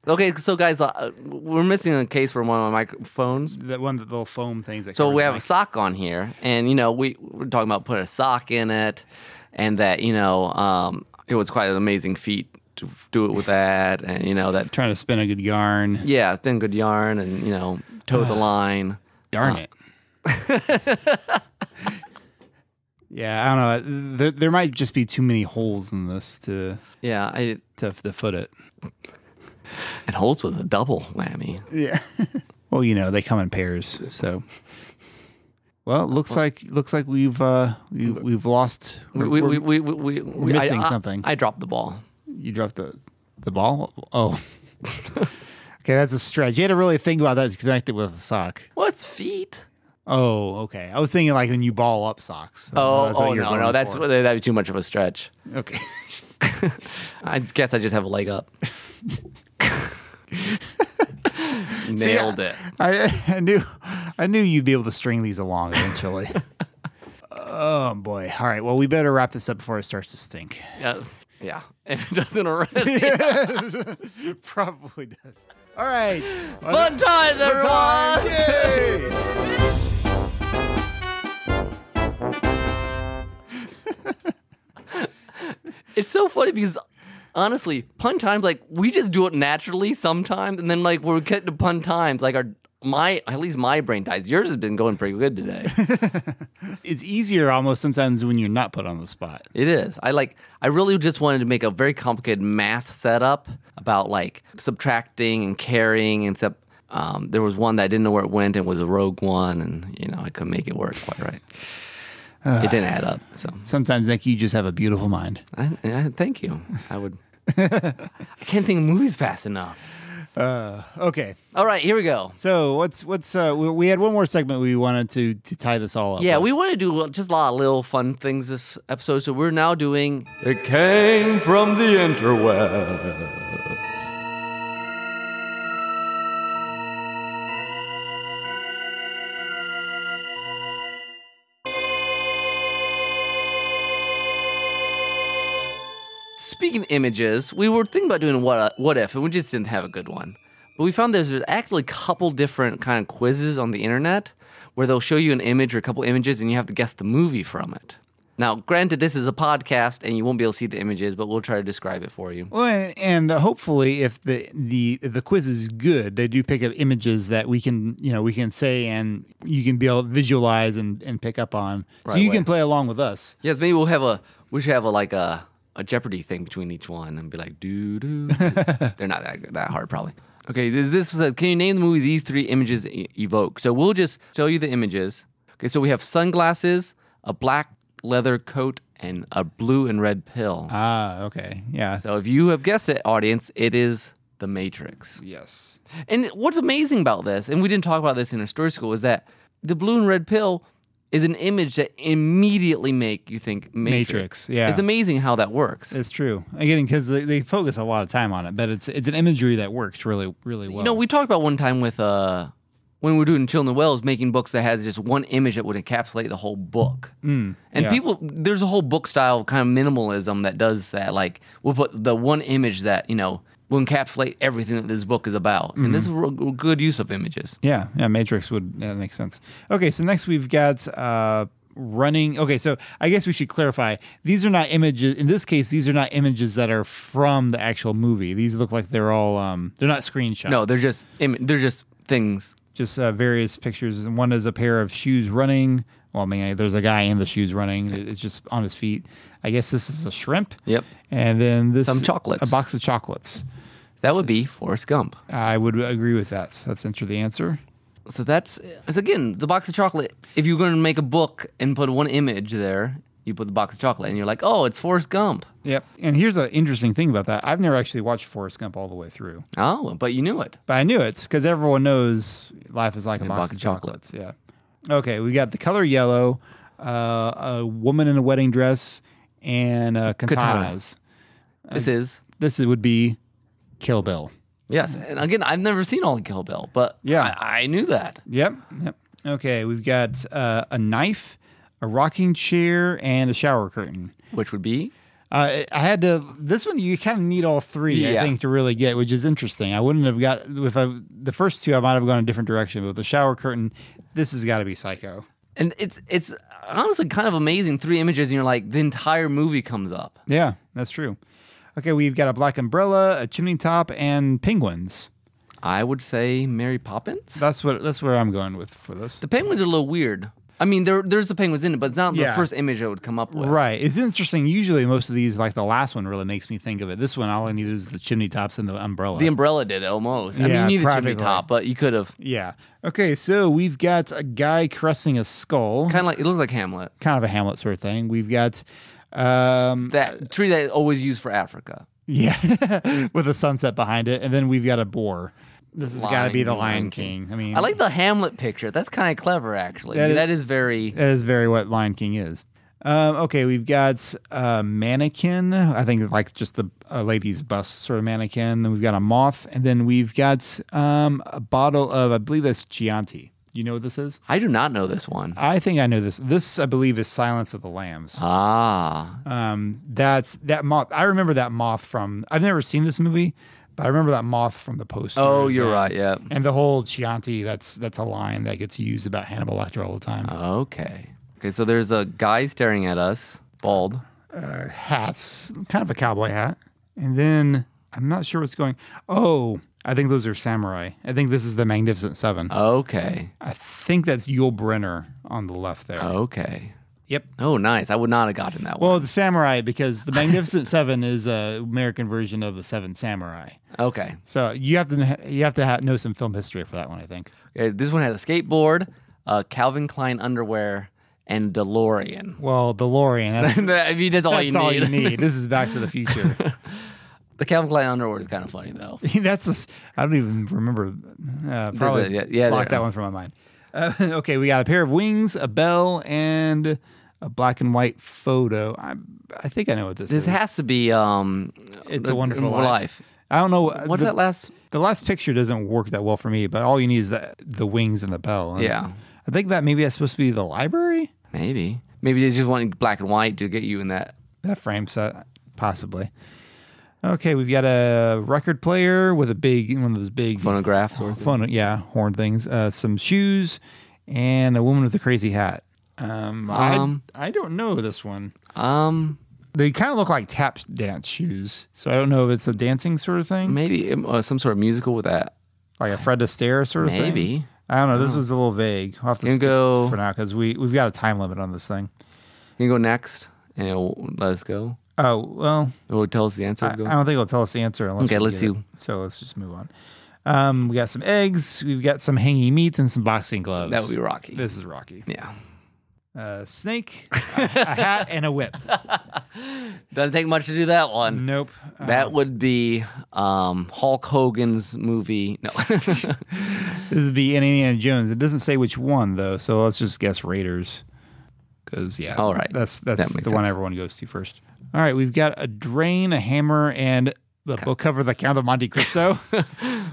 A: Okay, so guys, uh, we're missing a case for one of my microphones.
B: that one that little foam things. That
A: So
B: covers
A: we
B: the
A: have a
B: mic.
A: sock on here, and you know we we're talking about putting a sock in it, and that you know um, it was quite an amazing feat to do it with that, and you know that
B: trying to spin a good yarn.
A: yeah thin good yarn, and you know toe the line.
B: Darn it.
A: Ah.
B: yeah, I don't know. There, there might just be too many holes in this to
A: Yeah, I,
B: to, to foot it.
A: it holds with a double whammy.
B: Yeah. well, you know they come in pairs, so. Well, looks like looks like we've uh, we, we've lost.
A: We
B: we're-
A: we we
B: we're-
A: we, we, we
B: missing
A: I, I-
B: something.
A: I dropped the ball.
B: You dropped the the ball. Oh, okay, that's a stretch. You had to really think about that to connect it with a sock.
A: What's feet?
B: Oh, okay. I was thinking like when you ball up socks.
A: Oh,
B: That's what
A: oh
B: you're
A: no,
B: going
A: no, that's
B: for.
A: that'd be too much of a stretch.
B: okay.
A: I guess I just have a leg up. Nailed it.
B: I, I knew I knew you'd be able to string these along eventually. oh boy! All right. Well, we better wrap this up before it starts to stink.
A: Yeah. Yeah. If it doesn't already.
B: It probably does. All right.
A: Fun times, everyone!
B: Yay!
A: It's so funny because honestly, pun times like we just do it naturally sometimes, and then like when we get to pun times, like our my at least my brain dies. Yours has been going pretty good today.
B: It's easier almost sometimes when you're not put on the spot.
A: it is. I like. I really just wanted to make a very complicated math setup about like subtracting and carrying, except. Um, there was one that I didn't know where it went and was a rogue one, and you know I couldn't make it work quite right. it didn't add up. So
B: Sometimes, Nick, you just have a beautiful mind.
A: I, I thank you. I would. I can't think of movies fast enough.
B: Okay.
A: All right, here we go.
B: So what's what's uh we, we had one more segment we wanted to to tie this all up.
A: Yeah,
B: with.
A: we want to do just a lot of little fun things this episode. So we're now doing. It came from the interwebs. Speaking of images, we were thinking about doing what uh, what if, and we just didn't have a good one. But we found there's actually a couple different kind of quizzes on the internet where they'll show you an image or a couple images, and you have to guess the movie from it. Now, granted, this is a podcast, and you won't be able to see the images, but we'll try to describe it for you.
B: Well, and, and uh, hopefully, if the the if the quiz is good, they do pick up images that we can you know we can say and you can be able to visualize and, and pick up on, so
A: Right
B: you
A: away.
B: can play along with us.
A: Yes, maybe we'll have a we should have a like a a Jeopardy thing between each one, and be like, doo doo. doo." They're not that good- that hard, probably. Okay, this, this was a, can you name the movie these three images e- evoke? So we'll just show you the images. Okay, so we have sunglasses, a black leather coat, and a blue and red pill.
B: Ah, okay, yeah,
A: So if you have guessed it, audience, it is The Matrix.
B: yes,
A: And what's amazing about this, and we didn't talk about this in our story school, is that the blue and red pill is an image that immediately make you think Matrix.
B: Matrix, yeah.
A: It's amazing how that works.
B: it's true. Again, because they, they focus a lot of time on it, but it's it's an imagery that works really really well.
A: You know, we talked about one time with uh when we were doing Chilling the Wells, making books that has just one image that would encapsulate the whole book. Mm, and
B: yeah.
A: people, there's a whole book style kind of minimalism that does that. Like we'll put the one image that you know will encapsulate everything that this book is about. And
B: Mm-hmm.
A: this is a real- real good use of images.
B: Yeah, yeah, Matrix would yeah, that makes sense. Okay, so next we've got uh running. Okay, so I guess we should clarify. These are not images in this case these are not images that are from the actual movie. These look like they're all um they're not screenshots.
A: No, they're just Im- they're just things.
B: just uh, various pictures. And One is a pair of shoes running. Well, I mean, there's a guy in the shoes running. It- It's just on his feet. I guess this is a shrimp.
A: Yep.
B: And then this
A: Some chocolates.
B: a box of chocolates.
A: That would be Forrest Gump.
B: I would agree with that. Let's enter the answer.
A: So that's it's again the box of chocolate. If you're going to make a book and put one image there, you put the box of chocolate, and you're like, oh, it's Forrest Gump.
B: Yep. And here's an interesting thing about that. I've never actually watched Forrest Gump all the way through.
A: Oh, but you knew it.
B: But I knew it because everyone knows life is like a,
A: A
B: box,
A: box
B: of
A: of chocolate.
B: chocolates. Yeah. Okay, we got the color yellow, uh, a woman in a wedding dress, and uh,
A: Katana.
B: katanas.
A: This is
B: This would be Kill Bill.
A: yes. And again, I've never seen all of Kill Bill, but
B: Yeah.
A: I, I knew that.
B: Yep. Yep. Okay, we've got uh, a knife, a rocking chair, and a shower curtain.
A: Which would be
B: Uh, I had to. This one you kind of need all three, I
A: Yeah.
B: think, to really get, which is interesting. I wouldn't have got if I the first two. I might have gone a different direction, but with the shower curtain, this has got to be Psycho.
A: and it's it's honestly kind of amazing. Three images, and you're like the entire movie comes up.
B: Yeah, that's true. Okay, we've got a black umbrella, a chimney top, and penguins.
A: I would say Mary Poppins.
B: That's what that's where I'm going with for this.
A: The penguins are a little weird. I mean, there there's the penguins in it, but it's not
B: Yeah.
A: the first image I would come up with.
B: Right. It's interesting. Usually, most of these, like the last one, really makes me think of it. This one, all I need is the chimney tops and the umbrella.
A: The umbrella did almost. I
B: Yeah,
A: mean, you need the chimney
B: practically.
A: top, but you could have
B: yeah. Okay. So we've got a guy caressing a skull,
A: kind of like it looks like Hamlet.
B: kind of a Hamlet sort of thing. We've got, um,
A: That tree that is always used for Africa.
B: yeah, with a sunset behind it, and then we've got a boar. This has got to
A: Lion
B: be the
A: King,
B: Lion
A: Lion
B: King. I mean,
A: I like the Hamlet picture. That's kind of clever, actually.
B: That is-
A: that is very.
B: That is very what Lion King is. Um, okay, we've got a mannequin. I think like just the a lady's bust sort of mannequin. Then we've got a moth, and then we've got um, a bottle of I believe that's Chianti. You know what this is?
A: I do not know this one.
B: I think I know this. This I believe is Silence of the Lambs.
A: Ah,
B: Um, that's that moth. I remember that moth from. I've never seen this movie, but I remember that moth from the poster.
A: oh, you're right. Yeah.
B: And the whole Chianti. That's that's a line that gets used about Hannibal Lecter all the time.
A: Okay. Okay. So there's a guy staring at us, bald.
B: hats, kind of a cowboy hat. And then I'm not sure what's going. Oh, I think those are samurai. I think this is the Magnificent Seven.
A: Oh. Okay.
B: I think that's Yul Brenner on the left there.
A: Oh. Okay.
B: Yep.
A: Oh, nice. I would not have gotten that one.
B: Well, the samurai because the Magnificent Seven is a American version of the Seven Samurai.
A: Okay.
B: So you have to you have to ha know some film history for that one. I think.
A: okay. This one has a skateboard, uh, Calvin Klein underwear, and DeLorean.
B: Well, DeLorean. That's,
A: I mean, that's all
B: that's
A: you
B: all
A: need.
B: you need. This is Back to the Future.
A: The Calvin Klein underwear is kind of funny though.
B: That's a s- I don't even remember. Uh, probably
A: yeah, yeah,
B: blocked
A: there.
B: that one from my mind. Uh, okay, we got a pair of wings, a bell, and a black and white photo. I I think I know what this,
A: This
B: is.
A: has to be um,
B: It's
A: The
B: a
A: Wonderful
B: wonderful life.
A: Life.
B: I don't know. uh,
A: what's
B: the,
A: that last?
B: the last picture doesn't work that well for me, but all you need is the the wings and the bell. And
A: Yeah.
B: I think that maybe that's supposed to be the library.
A: Maybe. Maybe they just want black and white to get you in that.
B: That frame set, possibly. Okay, we've got a record player with a big one of those big
A: Phonograph sort of
B: phone, yeah, horn things, uh, some shoes, and a woman with a crazy hat. Um,
A: Um,
B: I I don't know this one.
A: Um,
B: They kind of look like tap dance shoes, so I don't know if it's a dancing sort of thing,
A: maybe um, uh, some sort of musical with that.
B: like a Fred Astaire sort of thing.
A: Maybe. Oh.
B: I don't know. This was a little vague. We'll have to
A: Can
B: skip
A: go-
B: for now because we we've got a time limit on this thing.
A: You can go next, and it'll let us go.
B: Oh well,
A: It will tell us the answer.
B: I, I
A: Go.
B: don't think it'll tell us the answer unless.
A: Okay,
B: we
A: let's
B: get it.
A: see.
B: So let's just move on. Um, we got some eggs. We've got some hanging meats and some boxing gloves.
A: that would be Rocky.
B: This is Rocky.
A: yeah.
B: a snake, a, a hat, and a whip.
A: Doesn't take much to do that one.
B: Nope. Uh,
A: That would be um, Hulk Hogan's movie. No.
B: this would be Indiana Jones. It doesn't say which one though, so let's just guess Raiders. Because yeah,
A: All right.
B: that's that's
A: That
B: the
A: makes
B: one
A: sense.
B: everyone goes to first. All right, we've got a drain, a hammer, and the book cover, The Count of Monte Cristo.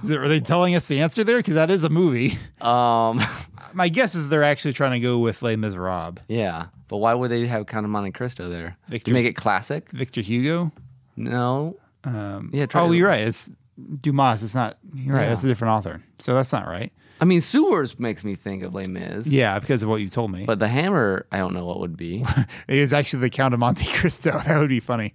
B: Is it- Are they telling us the answer there? Because that is a movie.
A: um,
B: My guess is they're actually trying to go with Les Miserables.
A: yeah. But why would they have Count of Monte Cristo there?
B: Victor-
A: To make it classic?
B: Victor Hugo.
A: No.
B: Um,
A: Yeah, try
B: oh,
A: to-
B: you're right. It's Dumas. It's not. You're right.
A: Yeah.
B: That's a different author. So that's not right.
A: I mean, Sewers makes me think of Les Mis.
B: Yeah, because of what you told me.
A: But the hammer, I don't know what would be.
B: It was actually the Count of Monte Cristo. That would be funny.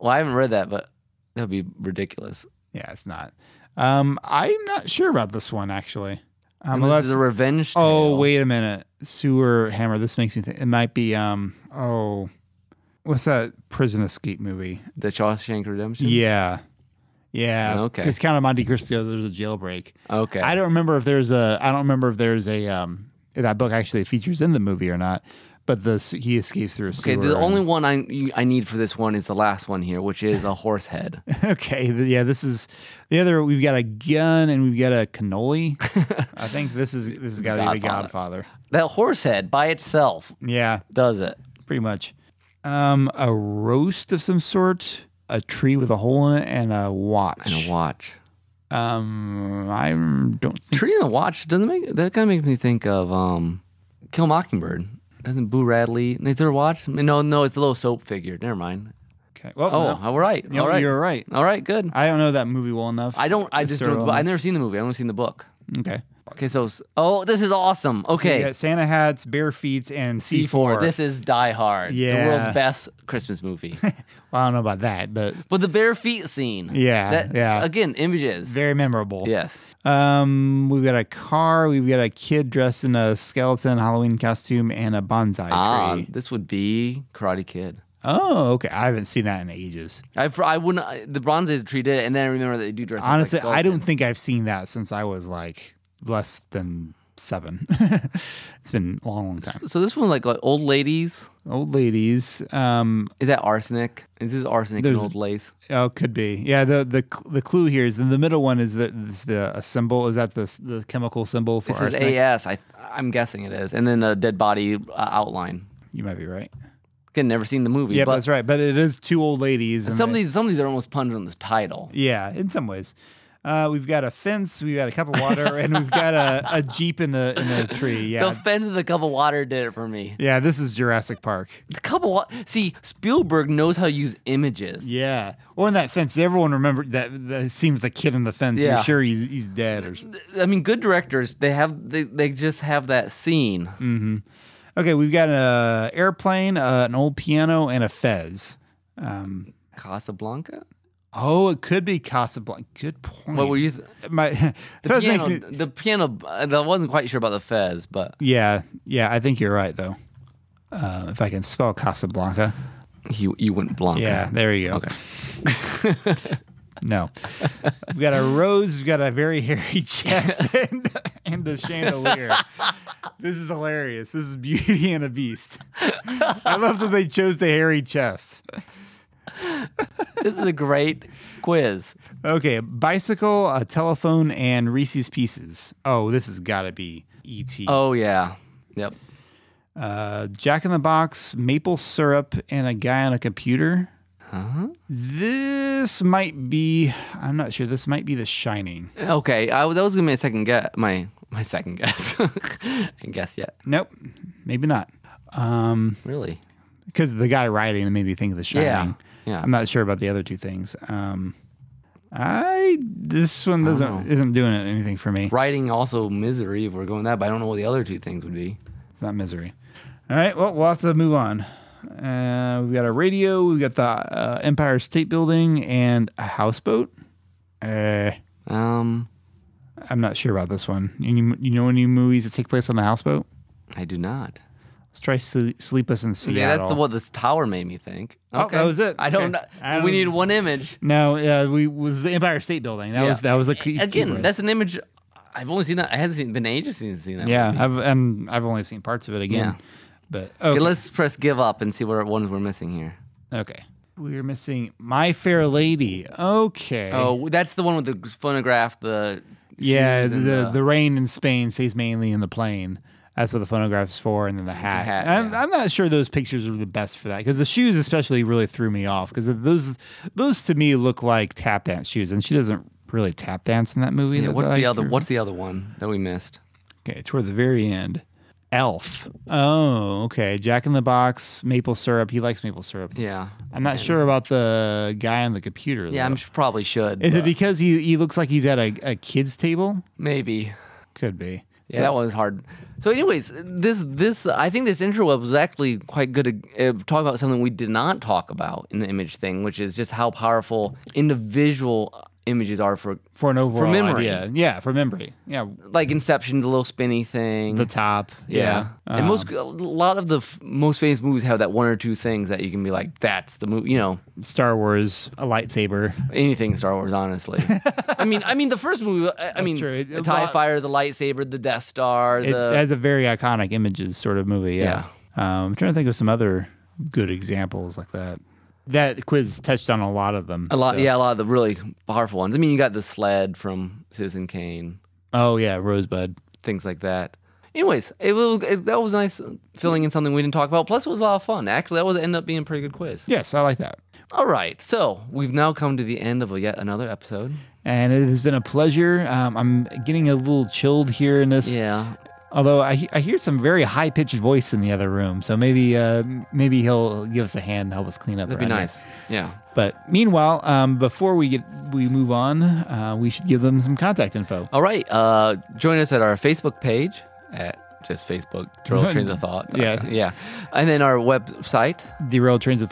A: well, I haven't read that, but that would be ridiculous.
B: Yeah, it's not. Um, I'm not sure about this one actually.
A: Unless
B: Um, unless
A: this is a revenge.
B: oh
A: tale.
B: wait a minute, sewer hammer. This makes me think it might be um oh, what's that prison escape movie?
A: The Shawshank Redemption?
B: Yeah, yeah.
A: Okay.
B: because Count of Monte Cristo, there's a jailbreak.
A: Okay.
B: I don't remember if there's a. I don't remember if there's a um if that book actually features in the movie or not. But the se- he escapes through a sewer.
A: Okay, the
B: and-
A: only one I I need for this one is the last one here, which is a horse head.
B: Okay, th- yeah, this is the other. We've got a gun and we've got a cannoli. I think this is this has got to be the Godfather.
A: that horse head by itself
B: Yeah,
A: does it.
B: pretty much. Um, a roast of some sort, a tree with a hole in it, and a watch.
A: And a watch.
B: Um, I don't think.
A: Tree and the watch doesn't make that kind of makes me think of um, Kill Mockingbird. Doesn't Boo Radley? Is there a watch? No, no, it's a little soap figure. Never mind.
B: Okay. Well,
A: Oh,
B: no.
A: all right,
B: No,
A: all right,
B: you're right.
A: all right, good.
B: I don't know that movie well enough.
A: I don't. I
B: It's
A: just.
B: sort of
A: But
B: well
A: I've never seen the movie. I've only seen the book.
B: enough. okay.
A: Okay, so s- oh, this is awesome.
B: We
A: Okay,
B: got Santa hats, bare feet, and C four.
A: D4. This is Die Hard.
B: Yeah.
A: the world's best Christmas movie.
B: Well, I don't know about that, but
A: But the bare feet scene.
B: Yeah,
A: That,
B: yeah.
A: Again, images.
B: very memorable.
A: yes.
B: Um, we've got a car. We've got a kid dressed in a skeleton Halloween costume and a bonsai
A: Ah,
B: tree.
A: this would be Karate Kid.
B: Oh, okay. I haven't seen that in ages.
A: I, for- I wouldn't. I- the Bronze Age tree did it, and then I remember that they do dress. up like
B: Honestly, I
A: skeletons.
B: don't think I've seen that since I was like less than seven. it's been a long, long time.
A: So this one, like, like old ladies.
B: Old ladies. Um,
A: Is that arsenic? Is this arsenic and
B: There's-
A: old lace?
B: oh, could be. Yeah. The the cl- the clue here is in the middle one is that is the a symbol. Is that the s- the chemical symbol for
A: It says
B: arsenic?
A: AS. I I'm guessing it is, and then a dead body uh, outline.
B: You might be right.
A: Again, never seen the movie.
B: Yeah,
A: but
B: that's right. But it is two old ladies. and
A: Some of
B: they-
A: these, some of these are almost puns on the title.
B: Yeah, in some ways. Uh, we've got a fence, we've got a cup of water, and we've got a, a jeep in the in the tree. Yeah,
A: The fence and the cup of water did it for me.
B: yeah. This is Jurassic Park.
A: The cup of water. See, Spielberg knows how to use images.
B: Yeah, or in that fence. Everyone remembered that that seems the kid in the fence.
A: Yeah.
B: You're sure he's he's dead or something.
A: I mean, good directors they have they, they just have that scene.
B: Mm. Okay, we've got an airplane, uh, an old piano, and a fez. Um,
A: Casablanca.
B: oh, it could be Casablanca. Good point.
A: What were you? Th-
B: My
A: the
B: fez
A: piano.
B: makes me.
A: The piano. I wasn't quite sure about the Fez, but
B: Yeah, yeah. I think you're right though. Uh, if I can spell Casablanca.
A: you you went Blanca.
B: Yeah, there you go.
A: Okay.
B: No, we've got a rose. We've got a very hairy chest and and a chandelier. This is hilarious. This is Beauty and a Beast. I love that they chose the hairy chest.
A: This is a great quiz.
B: Okay, a bicycle, a telephone, and Reese's Pieces. Oh, this has got to be E.T.
A: Oh yeah. Yep.
B: Uh, Jack in the Box, maple syrup, and a guy on a computer. This might be, I'm not sure, this might be The Shining.
A: Okay. I, that was gonna be my second guess. My my second guess. I guess yet.
B: Nope, maybe not. Um,
A: Really.
B: because the guy riding made me think of The Shining.
A: Yeah, yeah.
B: I'm not sure about the other two things. Um, I this one doesn't
A: know.
B: isn't doing it anything for me.
A: Writing also misery. If we're going that, but I don't know what the other two things would be.
B: It's not misery. All right. Well, we'll have to move on. Uh, we've got a radio. We've got the uh, Empire State Building and a houseboat. Uh,
A: Um,
B: I'm not sure about this one. You, you know any movies that take place on a houseboat?
A: I do not.
B: Let's try Sle- Sleepless in Seattle.
A: Yeah, that's the, what this tower made me think.
B: Oh, that was it.
A: I don't know.
B: Okay. I
A: we
B: don't-
A: need one image.
B: No, uh, we was the Empire State Building. That was
A: Yeah.
B: that was a key, key for
A: Again,
B: us.
A: that's an image. I've only seen that. I hadn't seen been ages since I've seen that.
B: yeah.
A: movie.
B: I've and I've only seen parts of it again.
A: Yeah.
B: But
A: Okay,
B: okay.
A: let's press give up and see what ones we're missing here.
B: okay. We're missing My Fair Lady. Okay.
A: Oh, that's the one with the phonograph. The
B: Yeah,
A: shoes
B: the,
A: and
B: the rain in Spain stays mainly in the plane. That's what the phonograph's for, and then the hat.
A: hat,
B: I'm,
A: yeah.
B: I'm not sure those pictures are the best for that because the shoes, especially, really threw me off because those those to me look like tap dance shoes, and she doesn't really tap dance in that movie.
A: yeah,
B: that-
A: what's
B: that
A: the
B: I-
A: other? What's the other one that we missed?
B: Okay, toward the very end, Elf. Oh, okay. Jack in the Box, maple syrup. He likes maple syrup.
A: Yeah,
B: I'm not sure about the guy on the computer.
A: yeah,
B: though.
A: I'm sh- probably should.
B: Is it
A: but
B: because he he looks like he's at a, a kids table?
A: maybe?
B: Could be.
A: Yeah, that one was hard. So, anyways, this this I think this intro was actually quite good to uh, talk about something we did not talk about in the image thing, which is just how powerful individual images are for
B: for an overall
A: memory.
B: idea. Yeah, for memory. Yeah,
A: like Inception, the little spinny thing.
B: the top. Yeah, um,
A: and most a lot of the f- most famous movies have that one or two things that you can be like, that's the movie. You know,
B: Um, Star Wars, a lightsaber.
A: anything Star Wars, honestly. I mean, I mean the first movie. I, I mean,
B: true. It-
A: the Tie
B: lot-
A: Fighter, the lightsaber, the Death Star.
B: It
A: the
B: has a very iconic images sort of movie. Yeah, Um, I'm trying to think of some other good examples like that. That quiz touched on a lot of them.
A: A lot,
B: so-
A: yeah, a lot of the really powerful ones. I mean, you got the sled from Citizen Kane,
B: Oh yeah, Rosebud.
A: things like that. Anyways, it was it, that was nice filling in something we didn't talk about. Plus, it was a lot of fun. Actually, that was ended up being a pretty good quiz.
B: Yes, I like that.
A: All right, so we've now come to the end of yet another episode.
B: And it has been a pleasure. Um, I'm getting a little chilled here in this.
A: Yeah,
B: Although I, he- I hear some very high pitched voice in the other room, so maybe uh, maybe he'll give us a hand and help us clean up.
A: that'd be
B: around here.
A: nice. Yeah.
B: But meanwhile, um, before we get we move on, uh, we should give them some contact info.
A: All right, uh, join us at our Facebook page at just Facebook. Derill Trains of Thought.
B: Yeah.
A: yeah, and then our website.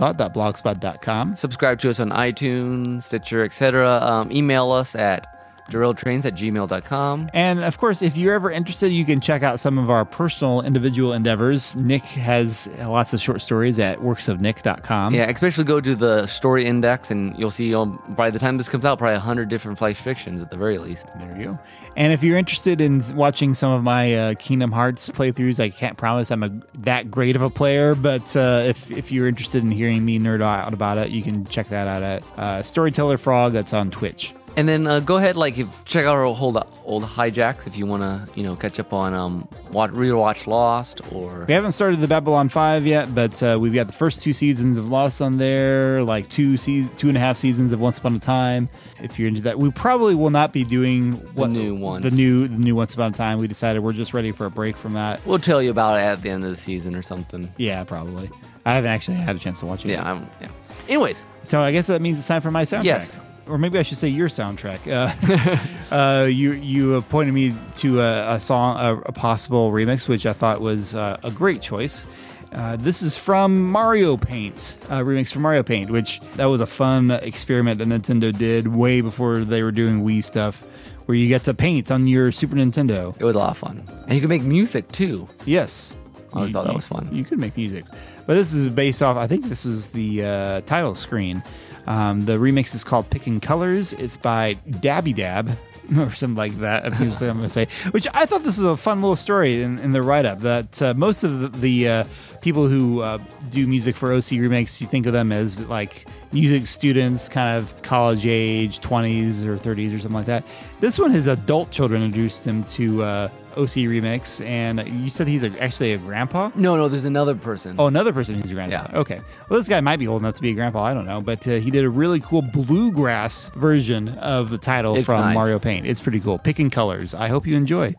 B: Derailtrainsofthought.blogspot.com.
A: subscribe to us on iTunes, Stitcher, etc. Um, email us at derailedtrains at gmail.com.
B: And of course, if you're ever interested, you can check out some of our personal individual endeavors. Nick has lots of short stories at worksofnick.com.
A: Yeah, especially go to the story index, and you'll see um, by the time this comes out, probably 100 different flash fictions at the very least.
B: There you go. And if you're interested in s- watching some of my uh, Kingdom Hearts playthroughs, I can't promise I'm a, that great of a player, but uh, if, if you're interested in hearing me nerd out about it, you can check that out at uh, Storyteller Frog. That's on Twitch.
A: And then uh, go ahead, like, if, check out our old old hijacks if you want to, you know, catch up on um, watch, rewatch Lost or
B: We haven't started the Babylon Five yet, but uh, we've got the first two seasons of Lost on there, like two se- two and a half seasons of Once Upon a Time. If you're into that, we probably will not be doing what,
A: new ones.
B: the new the new Once Upon a Time. We decided we're just ready for a break from that.
A: we'll tell you about it at the end of the season or something.
B: Yeah, probably. I haven't actually had a chance to watch it.
A: Yeah, I'm, yeah. Anyways,
B: yet. So I guess that means it's time for my soundtrack.
A: Yes.
B: Or maybe I should say your soundtrack. Uh, uh, you you appointed me to a, a song, a, a possible remix, which I thought was uh, a great choice. Uh, this is from Mario Paint, a remix from Mario Paint, which that was a fun experiment that Nintendo did way before they were doing Wii stuff, where you get to paint on your Super Nintendo.
A: it was a lot of fun. And you can make music too.
B: Yes.
A: I always thought that was fun.
B: You could make music. But this is based off, I think this was the uh, title screen. Um, the remix is called Picking Colors. It's by Dabby Dab or something like that. I think that's what I'm going to say. Which I thought this was a fun little story in, in the write up that uh, most of the, the uh, people who uh, do music for OC remakes, you think of them as like music students, kind of college age, 20s or 30s or something like that. This one, his adult children introduced him to uh, OC Remix, and you said he's a, actually a grandpa?
A: No, no, there's another person.
B: Oh, another person who's a grandpa.
A: Yeah.
B: Okay. Well, this guy might be old enough to be a grandpa. I don't know. But uh, he did a really cool bluegrass version of the title
A: It's
B: from
A: nice.
B: Mario Paint. It's pretty cool. Picking colors. I hope you enjoy.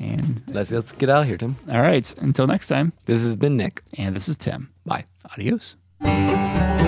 B: And
A: Let's, let's get out of here, Tim.
B: all right. Until next time.
A: This has been Nick.
B: And this is Tim.
A: Bye.
B: Adios.
A: Thank